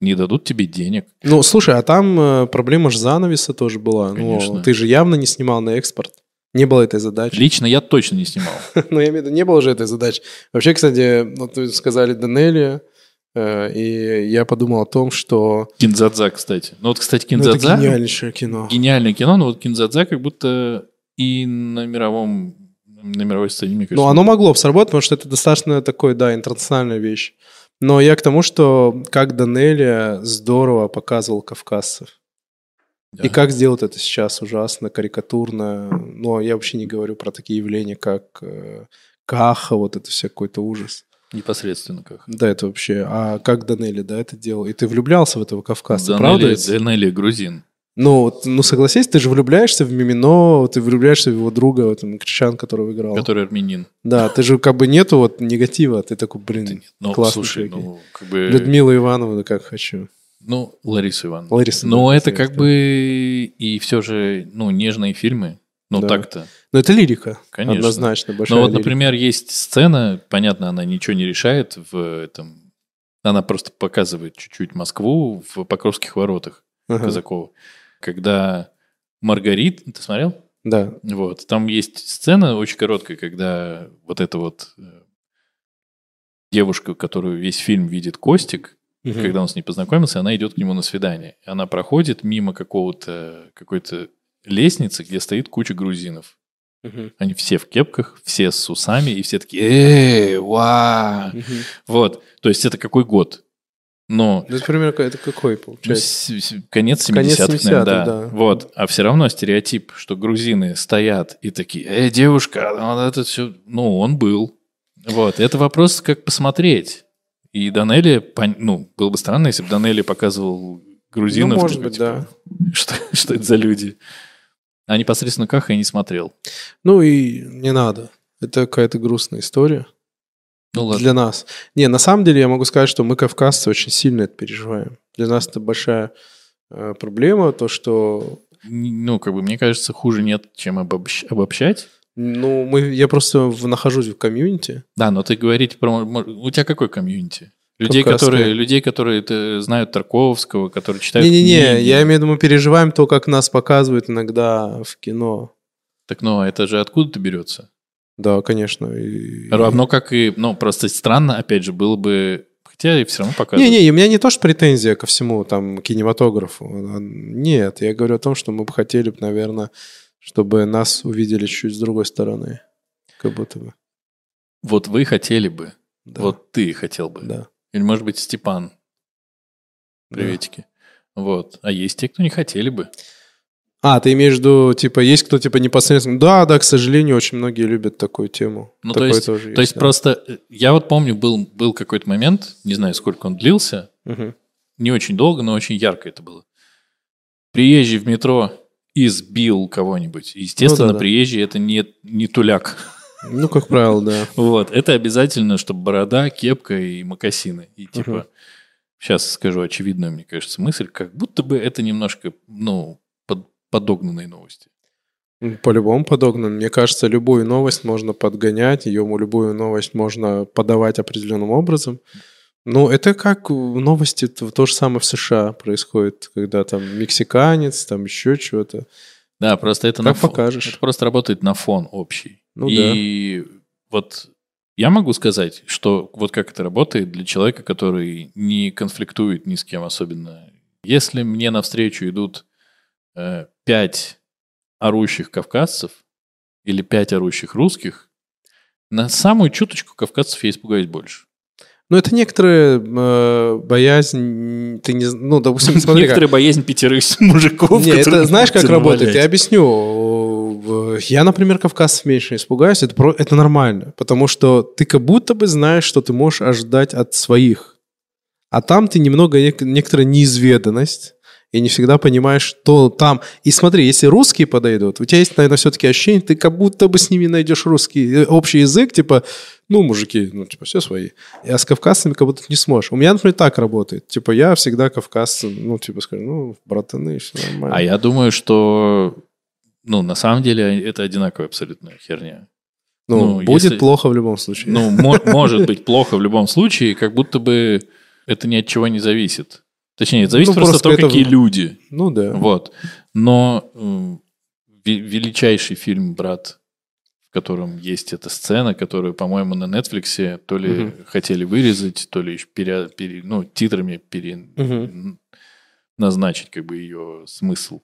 не дадут тебе денег. Ну, слушай, а там э, проблема же занавеса тоже была. Ну, Конечно. ты же явно не снимал на экспорт. Не было этой задачи. Лично я точно не снимал. Ну, я имею в виду, не было же этой задачи. Вообще, кстати, вот вы сказали Данелия, э, и я подумал о том, что... Кинзадза, кстати. Ну вот, кстати, ну, это Кинзадза... гениальнейшее кино. гениальное кино, но вот Кинзадза как будто и на мировом... На мировой сцене, мне кажется. Ну, оно могло бы сработать, потому что это достаточно такой, да, интернациональная вещь. Но я к тому, что как Данелия здорово показывал кавказцев. Да. И как сделать это сейчас ужасно, карикатурно. Но я вообще не говорю про такие явления, как э, Каха, вот это все какой-то ужас. Непосредственно как. Да, это вообще. А как Данели, да, это делал? И ты влюблялся в этого кавказца, Данелия- правда? ведь? Данелия грузин. Ну, вот, ну, согласись, ты же влюбляешься в Мимино, ты влюбляешься в его друга, вот, м, Кричан, которого играл. который армянин. Да, ты же как бы нету вот негатива, ты такой, блин, Ну, Классный слушай, чуваки. ну, как бы... Людмила Ивановна, как хочу. Ну, Лариса Ивановна. Лариса Но Ивановна, Ну, это конечно. как бы и все же, ну, нежные фильмы. Ну, Да. так-то. Но это лирика. Конечно. Однозначно большая Но вот, лирика. например, есть сцена, понятно, она ничего не решает в этом. Она просто показывает чуть-чуть Москву в Покровских воротах Ага. Казакова. Когда Маргарит... Ты смотрел? Да. Вот. Там есть сцена очень короткая, когда вот эта вот э, девушка, которую весь фильм видит Костик, Мгм. когда он с ней познакомился, она идет к нему на свидание. Она проходит мимо какого-то какой-то лестницы, где стоит куча грузинов. Мгм. Они все в кепках, все с усами, и все такие «Эй, ва!» Мгм. Вот. То есть это какой год? Но Ну, это примерно ка- это какой, ну, получается? с- с- конец 70-х, Конец 70-х, наверное, да. да. Вот. А все равно стереотип, что грузины стоят и такие «Эй, девушка!» ну, это все... Ну, он был. Вот. Это вопрос, как посмотреть. И Данелли... пон- Ну, было бы странно, если бы Данелли показывал грузинов. ну, может такой, быть, типа, да. Что, что это за люди? А непосредственно как я не смотрел. Ну и не надо. Это какая-то грустная история Ну, ладно. для нас. Не, на самом деле я могу сказать, что мы, кавказцы, очень сильно это переживаем. Для нас это большая э, проблема, то, что Н- Ну, как бы, мне кажется, хуже нет, чем обобщ- обобщать. ну, мы, я просто в- нахожусь в комьюнити. Да, но ты говорите про... мо- У тебя какой комьюнити? Людей, Кавказское. которые, людей, которые ты, знают Тарковского, которые читают Не-не-не, книги. я имею в виду, мы переживаем то, как нас показывают иногда в кино. Так, ну, это же откуда-то берется? Да, конечно. и- Равно как и... Ну, просто странно, опять же, было бы... Хотя и все равно показывают. Не-не, у меня не то, что претензия ко всему там кинематографу. Нет, я говорю о том, что мы бы хотели, наверное, чтобы нас увидели чуть с другой стороны. Как будто бы. Вот вы хотели бы. Да. Вот ты хотел бы. Да. Или, может быть, Степан. Да. Приветики. Вот. А есть те, кто не хотели бы. А, ты имеешь в виду, типа, есть кто, типа, непосредственно... Да, да, к сожалению, очень многие любят такую тему. Ну, Такое то есть, тоже то есть да. просто... э, Я вот помню, был, был какой-то момент, не знаю, сколько он длился, Мгм. не очень долго, но очень ярко это было. Приезжий в метро избил кого-нибудь. Естественно, Ну да, да. приезжий это не, не туляк. Ну, как правило, да. Вот. Это обязательно, чтобы борода, кепка и мокасины. И типа, Мгм. сейчас скажу очевидную, мне кажется, мысль, как будто бы это немножко, ну, под- подогнанные новости. Ну, По-любому подогнан. Мне кажется, любую новость можно подгонять, ее любую новость можно подавать определенным образом. Ну, это как э, новости, то, то же самое в США происходит, когда там мексиканец, там еще чего-то. Да, просто это Как на фо- покажешь. это просто работает на фон общий. Ну и вот я могу сказать, что вот как это работает для человека, который не конфликтует ни с кем особенно. Если мне навстречу идут э, пять орущих кавказцев или пять орущих русских, на самую чуточку кавказцев я испугаюсь больше. Ну, это некоторая э, боязнь, ты не... з- Ну, допустим, смотри, как- Некоторая боязнь пятерых мужиков. Не, это которые знаешь, как будете работает? Я навалять. объясню. О, в- Я, например, кавказцев меньше испугаюсь. Это, про- это нормально. Потому что ты как будто бы знаешь, что ты можешь ожидать от своих. А там ты немного, нек- некоторая неизведанность. И не всегда понимаешь, что там. И смотри, если русские подойдут, у тебя есть, наверное, все-таки ощущение, ты как будто бы с ними найдешь русский э, общий язык, типа, ну, мужики, ну, типа, все свои. А с кавказцами как будто не сможешь. У меня, например, так работает. Типа, я всегда кавказцам, ну, типа, скажу, ну, братаны, все нормально. А я думаю, что, ну, на самом деле это одинаковая абсолютная херня. Ну, Ну, будет если- плохо в любом случае. Ну, мо- может быть плохо в любом случае, как будто бы это ни от чего не зависит. Точнее, это Ну, зависит просто от просто того, это какие в- люди. Ну да. Вот. Но м, ве- величайший фильм «Брат», в котором есть эта сцена, которую, по-моему, на Netflix то ли Мгм. хотели вырезать, то ли еще пере- пере- ну, титрами пере, Мгм. назначить как бы ее смысл.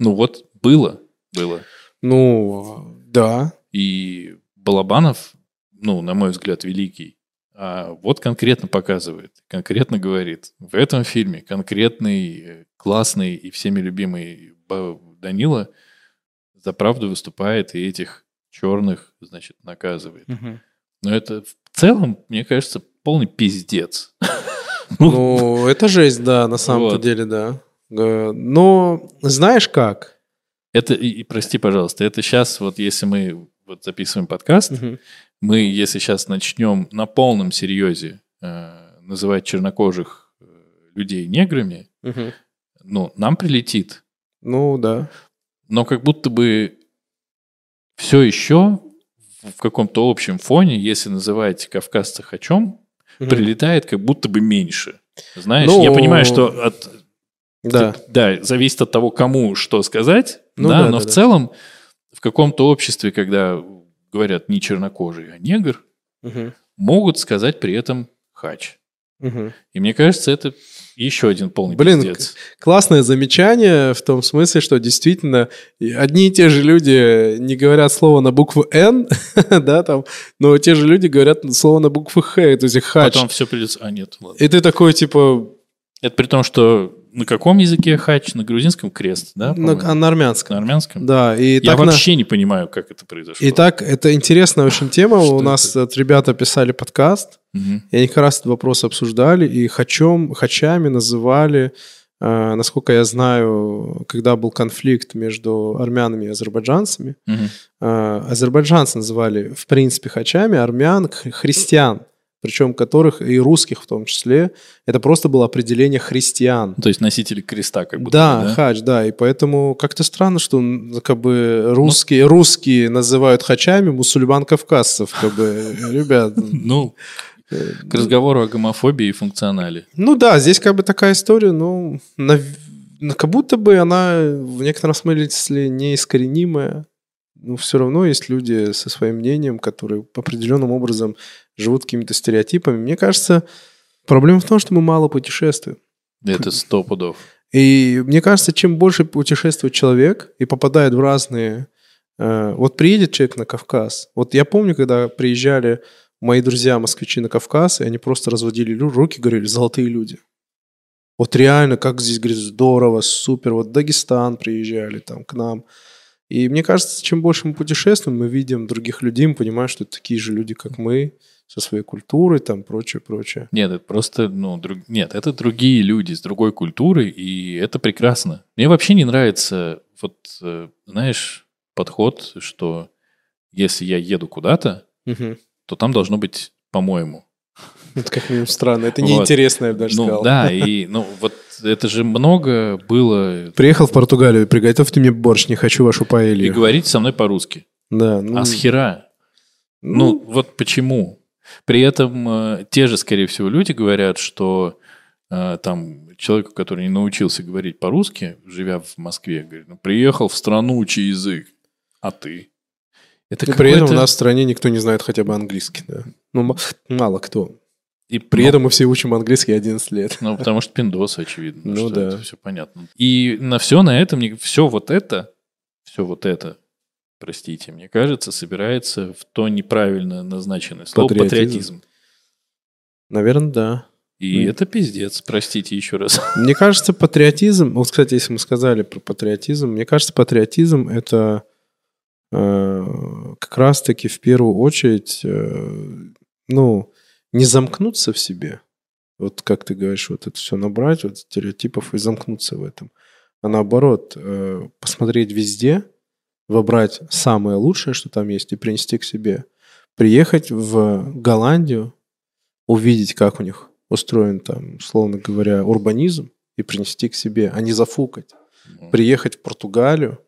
Ну вот, было, было. Ну, да. И Балабанов, ну, на мой взгляд, великий, а вот конкретно показывает, конкретно говорит. В этом фильме конкретный, э, классный и всеми любимый Ба- Данила за правду выступает и этих черных, значит, наказывает. Но это в целом, мне кажется, полный пиздец. Ну, это жесть, да, на самом-то Вот. деле, да. Э, Но знаешь как? Это, и, и прости, пожалуйста, это сейчас вот если мы вот записываем подкаст, мы, если сейчас начнем на полном серьезе э, называть чернокожих э, людей неграми, Мгм. ну, нам прилетит. Ну, да. Но как будто бы все еще в каком-то общем фоне, если называете кавказца хачом, Мгм. прилетает как будто бы меньше. Знаешь, Ну, я понимаю, что от, Да. Тип- да, зависит от того, кому что сказать, Ну да, да, но да, в да. целом в каком-то обществе, когда говорят не чернокожий, а негр, Мгм. могут сказать при этом хач. Мгм. И мне кажется, это еще один полный Блин, пиздец. Классное замечание в том смысле, что действительно и одни и те же люди не говорят слово на букву «Н», да, там, но те же люди говорят слово на букву «Х», то есть «хач». Потом все придется... А, нет, ладно. И ты такой, типа, Это при том, что на каком языке хач? На грузинском крест, да? на, по-моему? а на армянском. На армянском? Да, и Я так на- вообще не понимаю, как это произошло. Итак, это интересная очень тема. Что У нас вот ребята писали подкаст, Мгм. и они как раз этот вопрос обсуждали, и хачом, хачами называли, э, насколько я знаю, когда был конфликт между армянами и азербайджанцами, Мгм. э, азербайджанцы называли, в принципе, хачами армян, х- христиан, причем которых и русских в том числе. Это просто было определение христиан. Ну, То есть носители креста как будто Да, бы, да? хач, да, и поэтому как-то странно, что м, как Ну. бы русские, русские называют хачами мусульман кавказцев, как бы, ребят. Ну, э, к разговору о гомофобии и функционале. Ну да, здесь как бы такая история, ну, нав- ну, как будто бы она в некотором смысле неискоренимая, но все равно есть люди со своим мнением, которые по определенным образом живут какими-то стереотипами. Мне кажется, проблема в том, что мы мало путешествуем. Это сто пудов. И мне кажется, чем больше путешествует человек и попадает в разные... э, вот приедет человек на Кавказ. Вот я помню, когда приезжали мои друзья-москвичи на Кавказ, и они просто разводили лю- руки, говорили, золотые люди. Вот реально, как здесь, говорит, здорово, супер. Вот Дагестан приезжали там к нам. И мне кажется, чем больше мы путешествуем, мы видим других людей, мы понимаем, что это такие же люди, как мы, со своей культурой, там, прочее, прочее. Нет, это просто, ну, друг- нет, это другие люди с другой культурой, и это прекрасно. Мне вообще не нравится, вот, э, знаешь, подход, что если я еду куда-то, Мгм. то там должно быть по-моему. Это как минимум странно. Это Вот. неинтересно, я бы Ну, даже сказал. да, и, ну, вот это же много было... Приехал в Португалию, приготовьте мне борщ, не хочу вашу И паэлью. говорить со мной по-русски. Да, ну, А с хера? Ну, вот почему? При этом э, те же, скорее всего, люди говорят, что э, там человеку, который не научился говорить по-русски, живя в Москве, говорит, ну, приехал в страну, учи язык, а ты? Это и ну, при этом у какой-то- нас в стране никто не знает хотя бы английский, да. Ну, м- мало кто. И При ну, этом мы все учим английский 11 лет. Ну, потому что пиндосы, очевидно. Ну что да. Это все понятно. И на все на этом, все вот это, все вот это, простите, мне кажется, собирается в то неправильно назначенное слово Патриотизм. патриотизм. Наверное, да. И Мгм. это пиздец, простите еще раз. Мне кажется, патриотизм... Вот, кстати, если мы сказали про патриотизм, мне кажется, патриотизм — это э, как раз-таки в первую очередь, э, ну, не замкнуться в себе. Вот как ты говоришь, вот это все набрать, вот стереотипов и замкнуться в этом. А наоборот, э, посмотреть везде, выбрать самое лучшее, что там есть, и принести к себе. Приехать в Голландию, увидеть, как у них устроен там, условно говоря, урбанизм, и принести к себе, а не зафукать. Приехать в Португалию,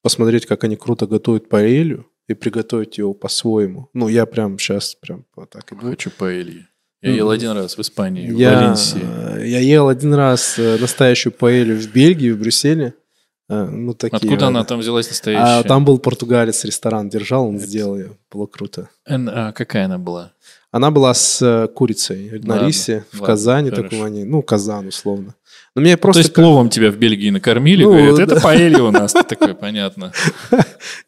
посмотреть, как они круто готовят паэлью, и приготовить его по-своему. Ну, я прям сейчас прям вот так иду. Хочу паэльи. Я Ну, ел один раз в Испании, в Я, Валенсии. я ел один раз э, настоящую паэлью в Бельгии, в Брюсселе. Э, Ну, такие, Откуда она вот. там взялась настоящая? А там был португалец, ресторан держал, он сделал ее. Было круто. Эн- а, какая она была? Она была с э, курицей на Ладно, рисе в ладно, Казани, хорошо. таком они, ну, Казан условно. Но мне То просто... есть пловом тебя в Бельгии накормили, Ну, говорят, да. это паэлья у нас. Ты такой, понятно.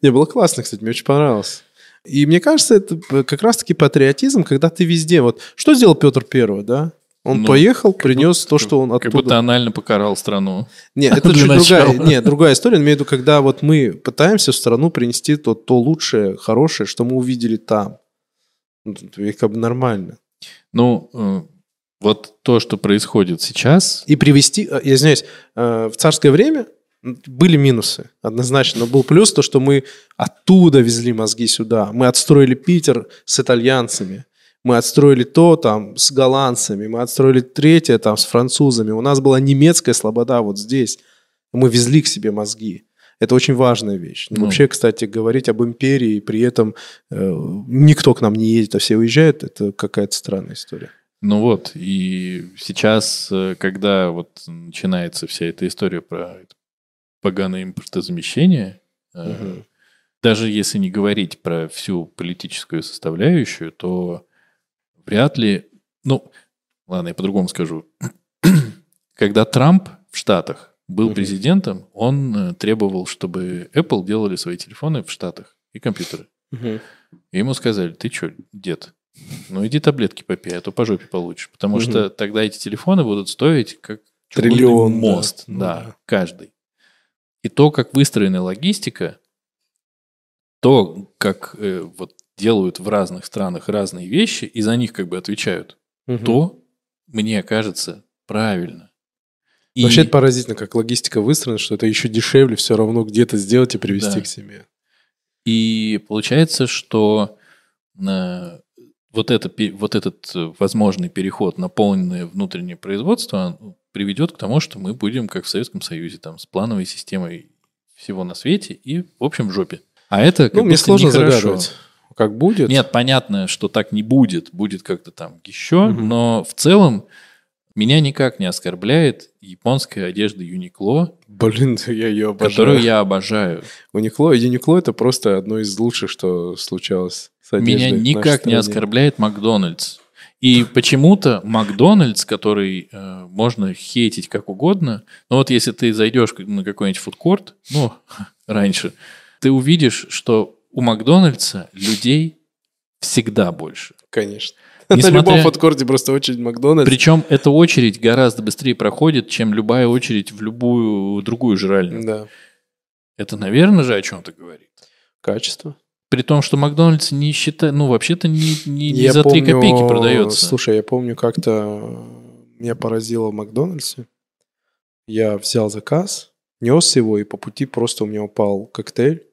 Не, было классно, кстати, мне очень понравилось. И мне кажется, это п- как раз-таки патриотизм, когда ты везде... Вот что сделал Петр Первый, да? Он Ну, поехал, принес то, что он Как будто оттуда... анально покарал страну. Нет, это для чуть другая, начала. нет, другая история. Я имею в виду, когда вот мы пытаемся в страну принести то, то лучшее, хорошее, что мы увидели там. Ну, тут и как бы нормально. Ну, э, вот то, что происходит сейчас, И привести, э, я извиняюсь, э, в царское время были минусы, однозначно. Но был плюс то, что мы оттуда везли мозги сюда. Мы отстроили Питер с итальянцами. мы отстроили то там с голландцами, мы отстроили третье там с французами. У нас была немецкая слобода вот здесь. Мы везли к себе мозги. Это очень важная вещь. Ну, Ну. Вообще, кстати, говорить об империи, и при этом э, никто к нам не едет, а все уезжают, это какая-то странная история. Ну вот, и сейчас, э, когда вот начинается вся эта история про это поганое импортозамещение, э, Мгм. даже если не говорить про всю политическую составляющую, то вряд ли... Ну, ладно, я по-другому скажу. Когда Трамп в Штатах был Мгм. президентом, он э, требовал, чтобы Apple делали свои телефоны в Штатах и компьютеры. И ему сказали, ты что, дед, ну иди таблетки попей, а то по жопе получишь. Потому Мгм. что тогда эти телефоны будут стоить как чугунный Триллион, да. мост. Ну Да, да. каждый. И то, как выстроена логистика, то, как э, вот делают в разных странах разные вещи, и за них как бы отвечают, Мгм. то, мне кажется, правильно. И- Вообще это поразительно, как логистика выстроена, что это еще дешевле все равно где-то сделать и привезти Да. к себе. И получается, что э, вот, это, пе- вот этот э, возможный переход на полное внутреннее производство он приведет к тому, что мы будем, как в Советском Союзе, там, с плановой системой всего на свете и, в общем, в жопе. А это как Ну, мне будто сложно нехорошо. загадывать, как будет. Нет, понятно, что так не будет, будет как-то там еще, Мгм. но в целом меня никак не оскорбляет японская одежда Юникло, Блин, да я ее обожаю. которую я обожаю. Уникло, Юникло это просто одно из лучших, что случалось с Меня одеждой в нашей никак не стране. оскорбляет Макдональдс. И почему-то Макдональдс, который э, можно хейтить как угодно, но вот если ты зайдешь на какой-нибудь фудкорт, ну, раньше, ты увидишь, что у Макдональдса людей всегда больше. Конечно. Несмотря- На любом фудкорте просто очередь Макдональдс. Причем эта очередь гораздо быстрее проходит, чем любая очередь в любую другую жральню. Да. Это, наверное, же о чем-то говорит. Качество. При том, что Макдональдс не считает, ну, вообще-то не, не- не Я за три помню- копейки продается. Слушай, я помню, как-то меня поразило в Макдональдсе. Я взял заказ, нес его, и по пути просто у меня упал коктейль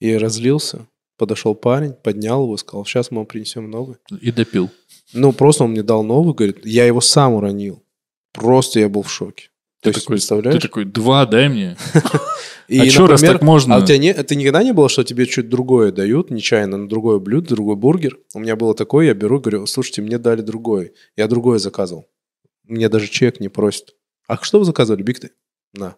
и разлился. Подошел парень, поднял его, сказал, сейчас мы вам принесем новый. И допил. Ну, просто он мне дал новый, говорит, я его сам уронил. Просто я был в шоке. То Ты есть, такой, представляешь? Ты такой, два дай мне. И, а чё, раз например, так можно? А у тебя не, это никогда не было, что тебе что-то другое дают, нечаянно, на другое блюдо, другой бургер? У меня было такое, я беру, говорю, слушайте, мне дали другой. Я другое заказывал. Мне даже чек не просят. А что вы заказывали, Биг ты? На.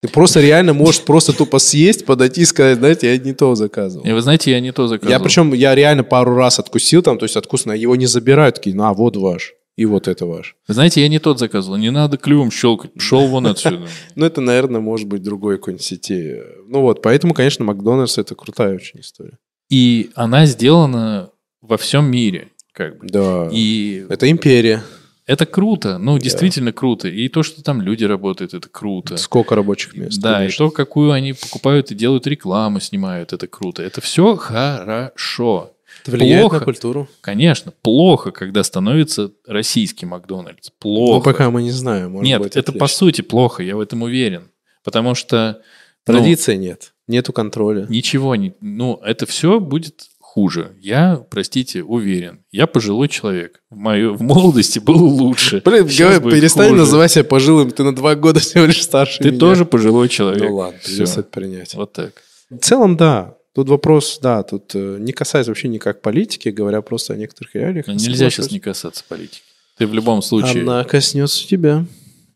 Ты просто реально можешь просто тупо съесть, подойти и сказать, знаете, я не то заказывал. И вы знаете, я не то заказывал. Я причем, я реально пару раз откусил там, то есть откусно, его не забирают, такие, на, вот ваш, и вот это ваш. Вы знаете, я не тот заказывал. Не надо клювом щелкать. Пошел вон отсюда. Ну, это, наверное, может быть другой какой-нибудь сети. Ну вот, поэтому, конечно, Макдональдс это крутая очень история. И она сделана во всем мире. Как бы. Да. И Это империя. это круто. Ну, действительно круто. И то, что там люди работают, это круто. Сколько рабочих мест? Да, и конечно. то, какую они покупают и делают рекламу, снимают, это круто. Это все хорошо. Это влияет плохо. на культуру. Конечно, плохо, когда становится российский Макдональдс. Ну, Плохо. пока мы не знаем. может Нет, быть, это по отлично. сути плохо, я в этом уверен. Потому что ну, Традиции нет. Нету контроля. ничего не... Ну, это все будет хуже. Я, простите, уверен. Я пожилой человек. В, моё- в молодости было лучше. Блин, Сейчас говорю, будет перестань хуже. называть себя пожилым. Ты на два года всего лишь старше Ты меня. тоже пожилой человек. Ну ладно, Всё. придется это принять. Вот так. В целом, да. Тут вопрос, да, тут э, не касается вообще никак политики, говоря просто о некоторых реалиях. Но нельзя Соглашусь. сейчас не касаться политики. Ты в любом случае... Она коснется тебя.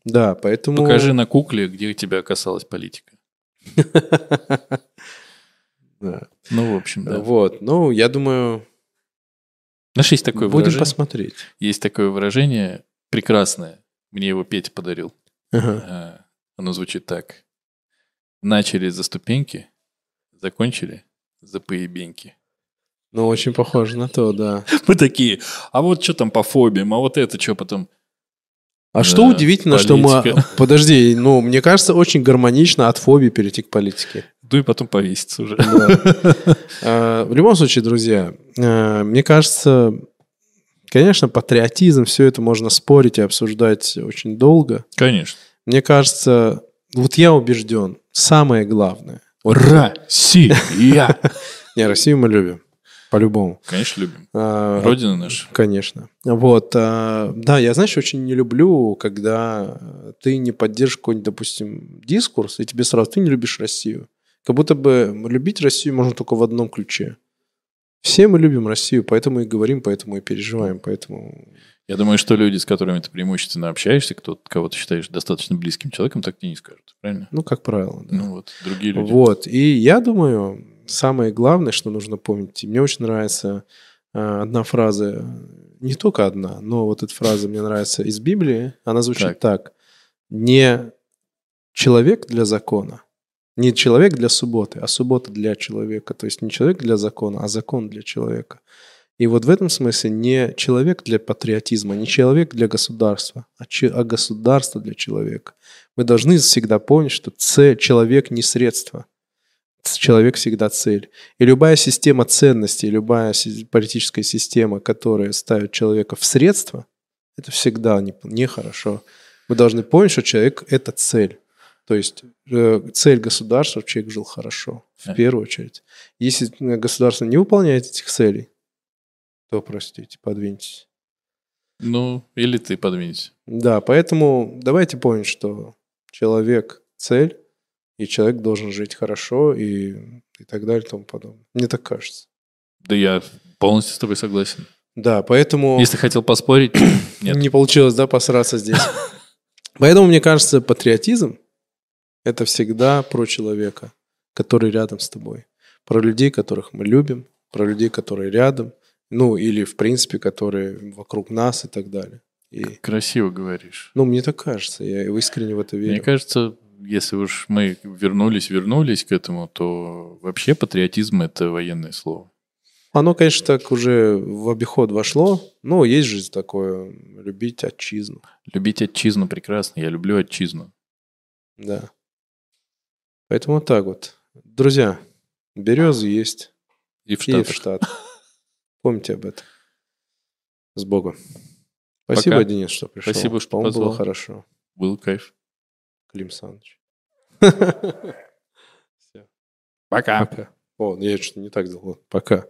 Да, поэтому... Покажи на кукле, где тебя касалась политика. Да. Ну, в общем, да. Вот, ну, я думаю, Знаешь, есть такое будем выражение. посмотреть. Есть такое выражение прекрасное. Мне его Петя подарил. Ага. А, Оно звучит так. Начали за ступеньки, закончили за поебеньки. Ну, очень похоже на то, да. Мы такие, а вот что там по фобиям, а вот это что потом? А что Да, удивительно, что мы... политика. Подожди, ну, мне кажется, очень гармонично от фобии перейти к политике. Ну и потом повеситься уже. Э, В любом случае, друзья, э, мне кажется, конечно, патриотизм, все это можно спорить и обсуждать очень долго. Конечно. Мне кажется, вот я убежден, самое главное. Вот- Россия! Не, Россию мы любим. по-любому. Конечно, любим. А, Родина наша. Конечно. Вот. а, Да, я, знаешь, очень не люблю, когда ты не поддержишь какой-нибудь, допустим, дискурс, и тебе сразу, ты не любишь Россию. Как будто бы любить Россию можно только в одном ключе. Все мы любим Россию, поэтому и говорим, поэтому и переживаем, поэтому... Я думаю, что люди, с которыми ты преимущественно общаешься, кто, кого ты считаешь достаточно близким человеком, так тебе не скажут, правильно? Ну, как правило, да. Ну вот, другие люди. Вот. И я думаю, самое главное, что нужно помнить, и мне очень нравится э, одна фраза, не только одна, но вот эта фраза мне нравится из Библии. Она звучит так. Не человек для закона, не человек для субботы, а суббота для человека. То есть не человек для закона, а закон для человека. И вот в этом смысле не человек для патриотизма, не человек для государства, а, че- а государство для человека. Мы должны всегда помнить, что цель, человек не средство. Ц- Человек всегда цель. И любая система ценностей, любая си- политическая система, которая ставит человека в средство, это всегда не- нехорошо. Мы должны помнить, что человек – это цель. То есть э, цель государства, чтобы человек жил хорошо, в Да. первую очередь. Если э, государство не выполняет этих целей, то, простите, подвиньтесь. Ну, или ты подвинься. Да, поэтому давайте помнить, что человек – цель, и человек должен жить хорошо и, и так далее и тому подобное. Мне так кажется. Да я полностью с тобой согласен. Да, поэтому Если хотел поспорить, нет. не получилось, да, посраться здесь. Поэтому, мне кажется, патриотизм – это всегда про человека, который рядом с тобой. Про людей, которых мы любим, про людей, которые рядом, ну или, в принципе, которые вокруг нас и так далее. И, красиво говоришь. ну, мне так кажется, я искренне в это верю. Мне кажется, если уж мы вернулись, вернулись к этому, то вообще патриотизм – это военное слово. Оно, конечно, так уже в обиход вошло. но есть же такое любить отчизну. Любить отчизну прекрасно, я люблю отчизну. Да. Поэтому вот так вот. Друзья, березы есть И А, в и Штатах. в Штатах. Помните об этом. С Богом. Спасибо, Пока. Денис, что пришел. Спасибо, что По-моему, было позвал. хорошо. Был кайф. Клим Саныч. Пока. Пока. О, я что-то не так сделал. Вот, Пока.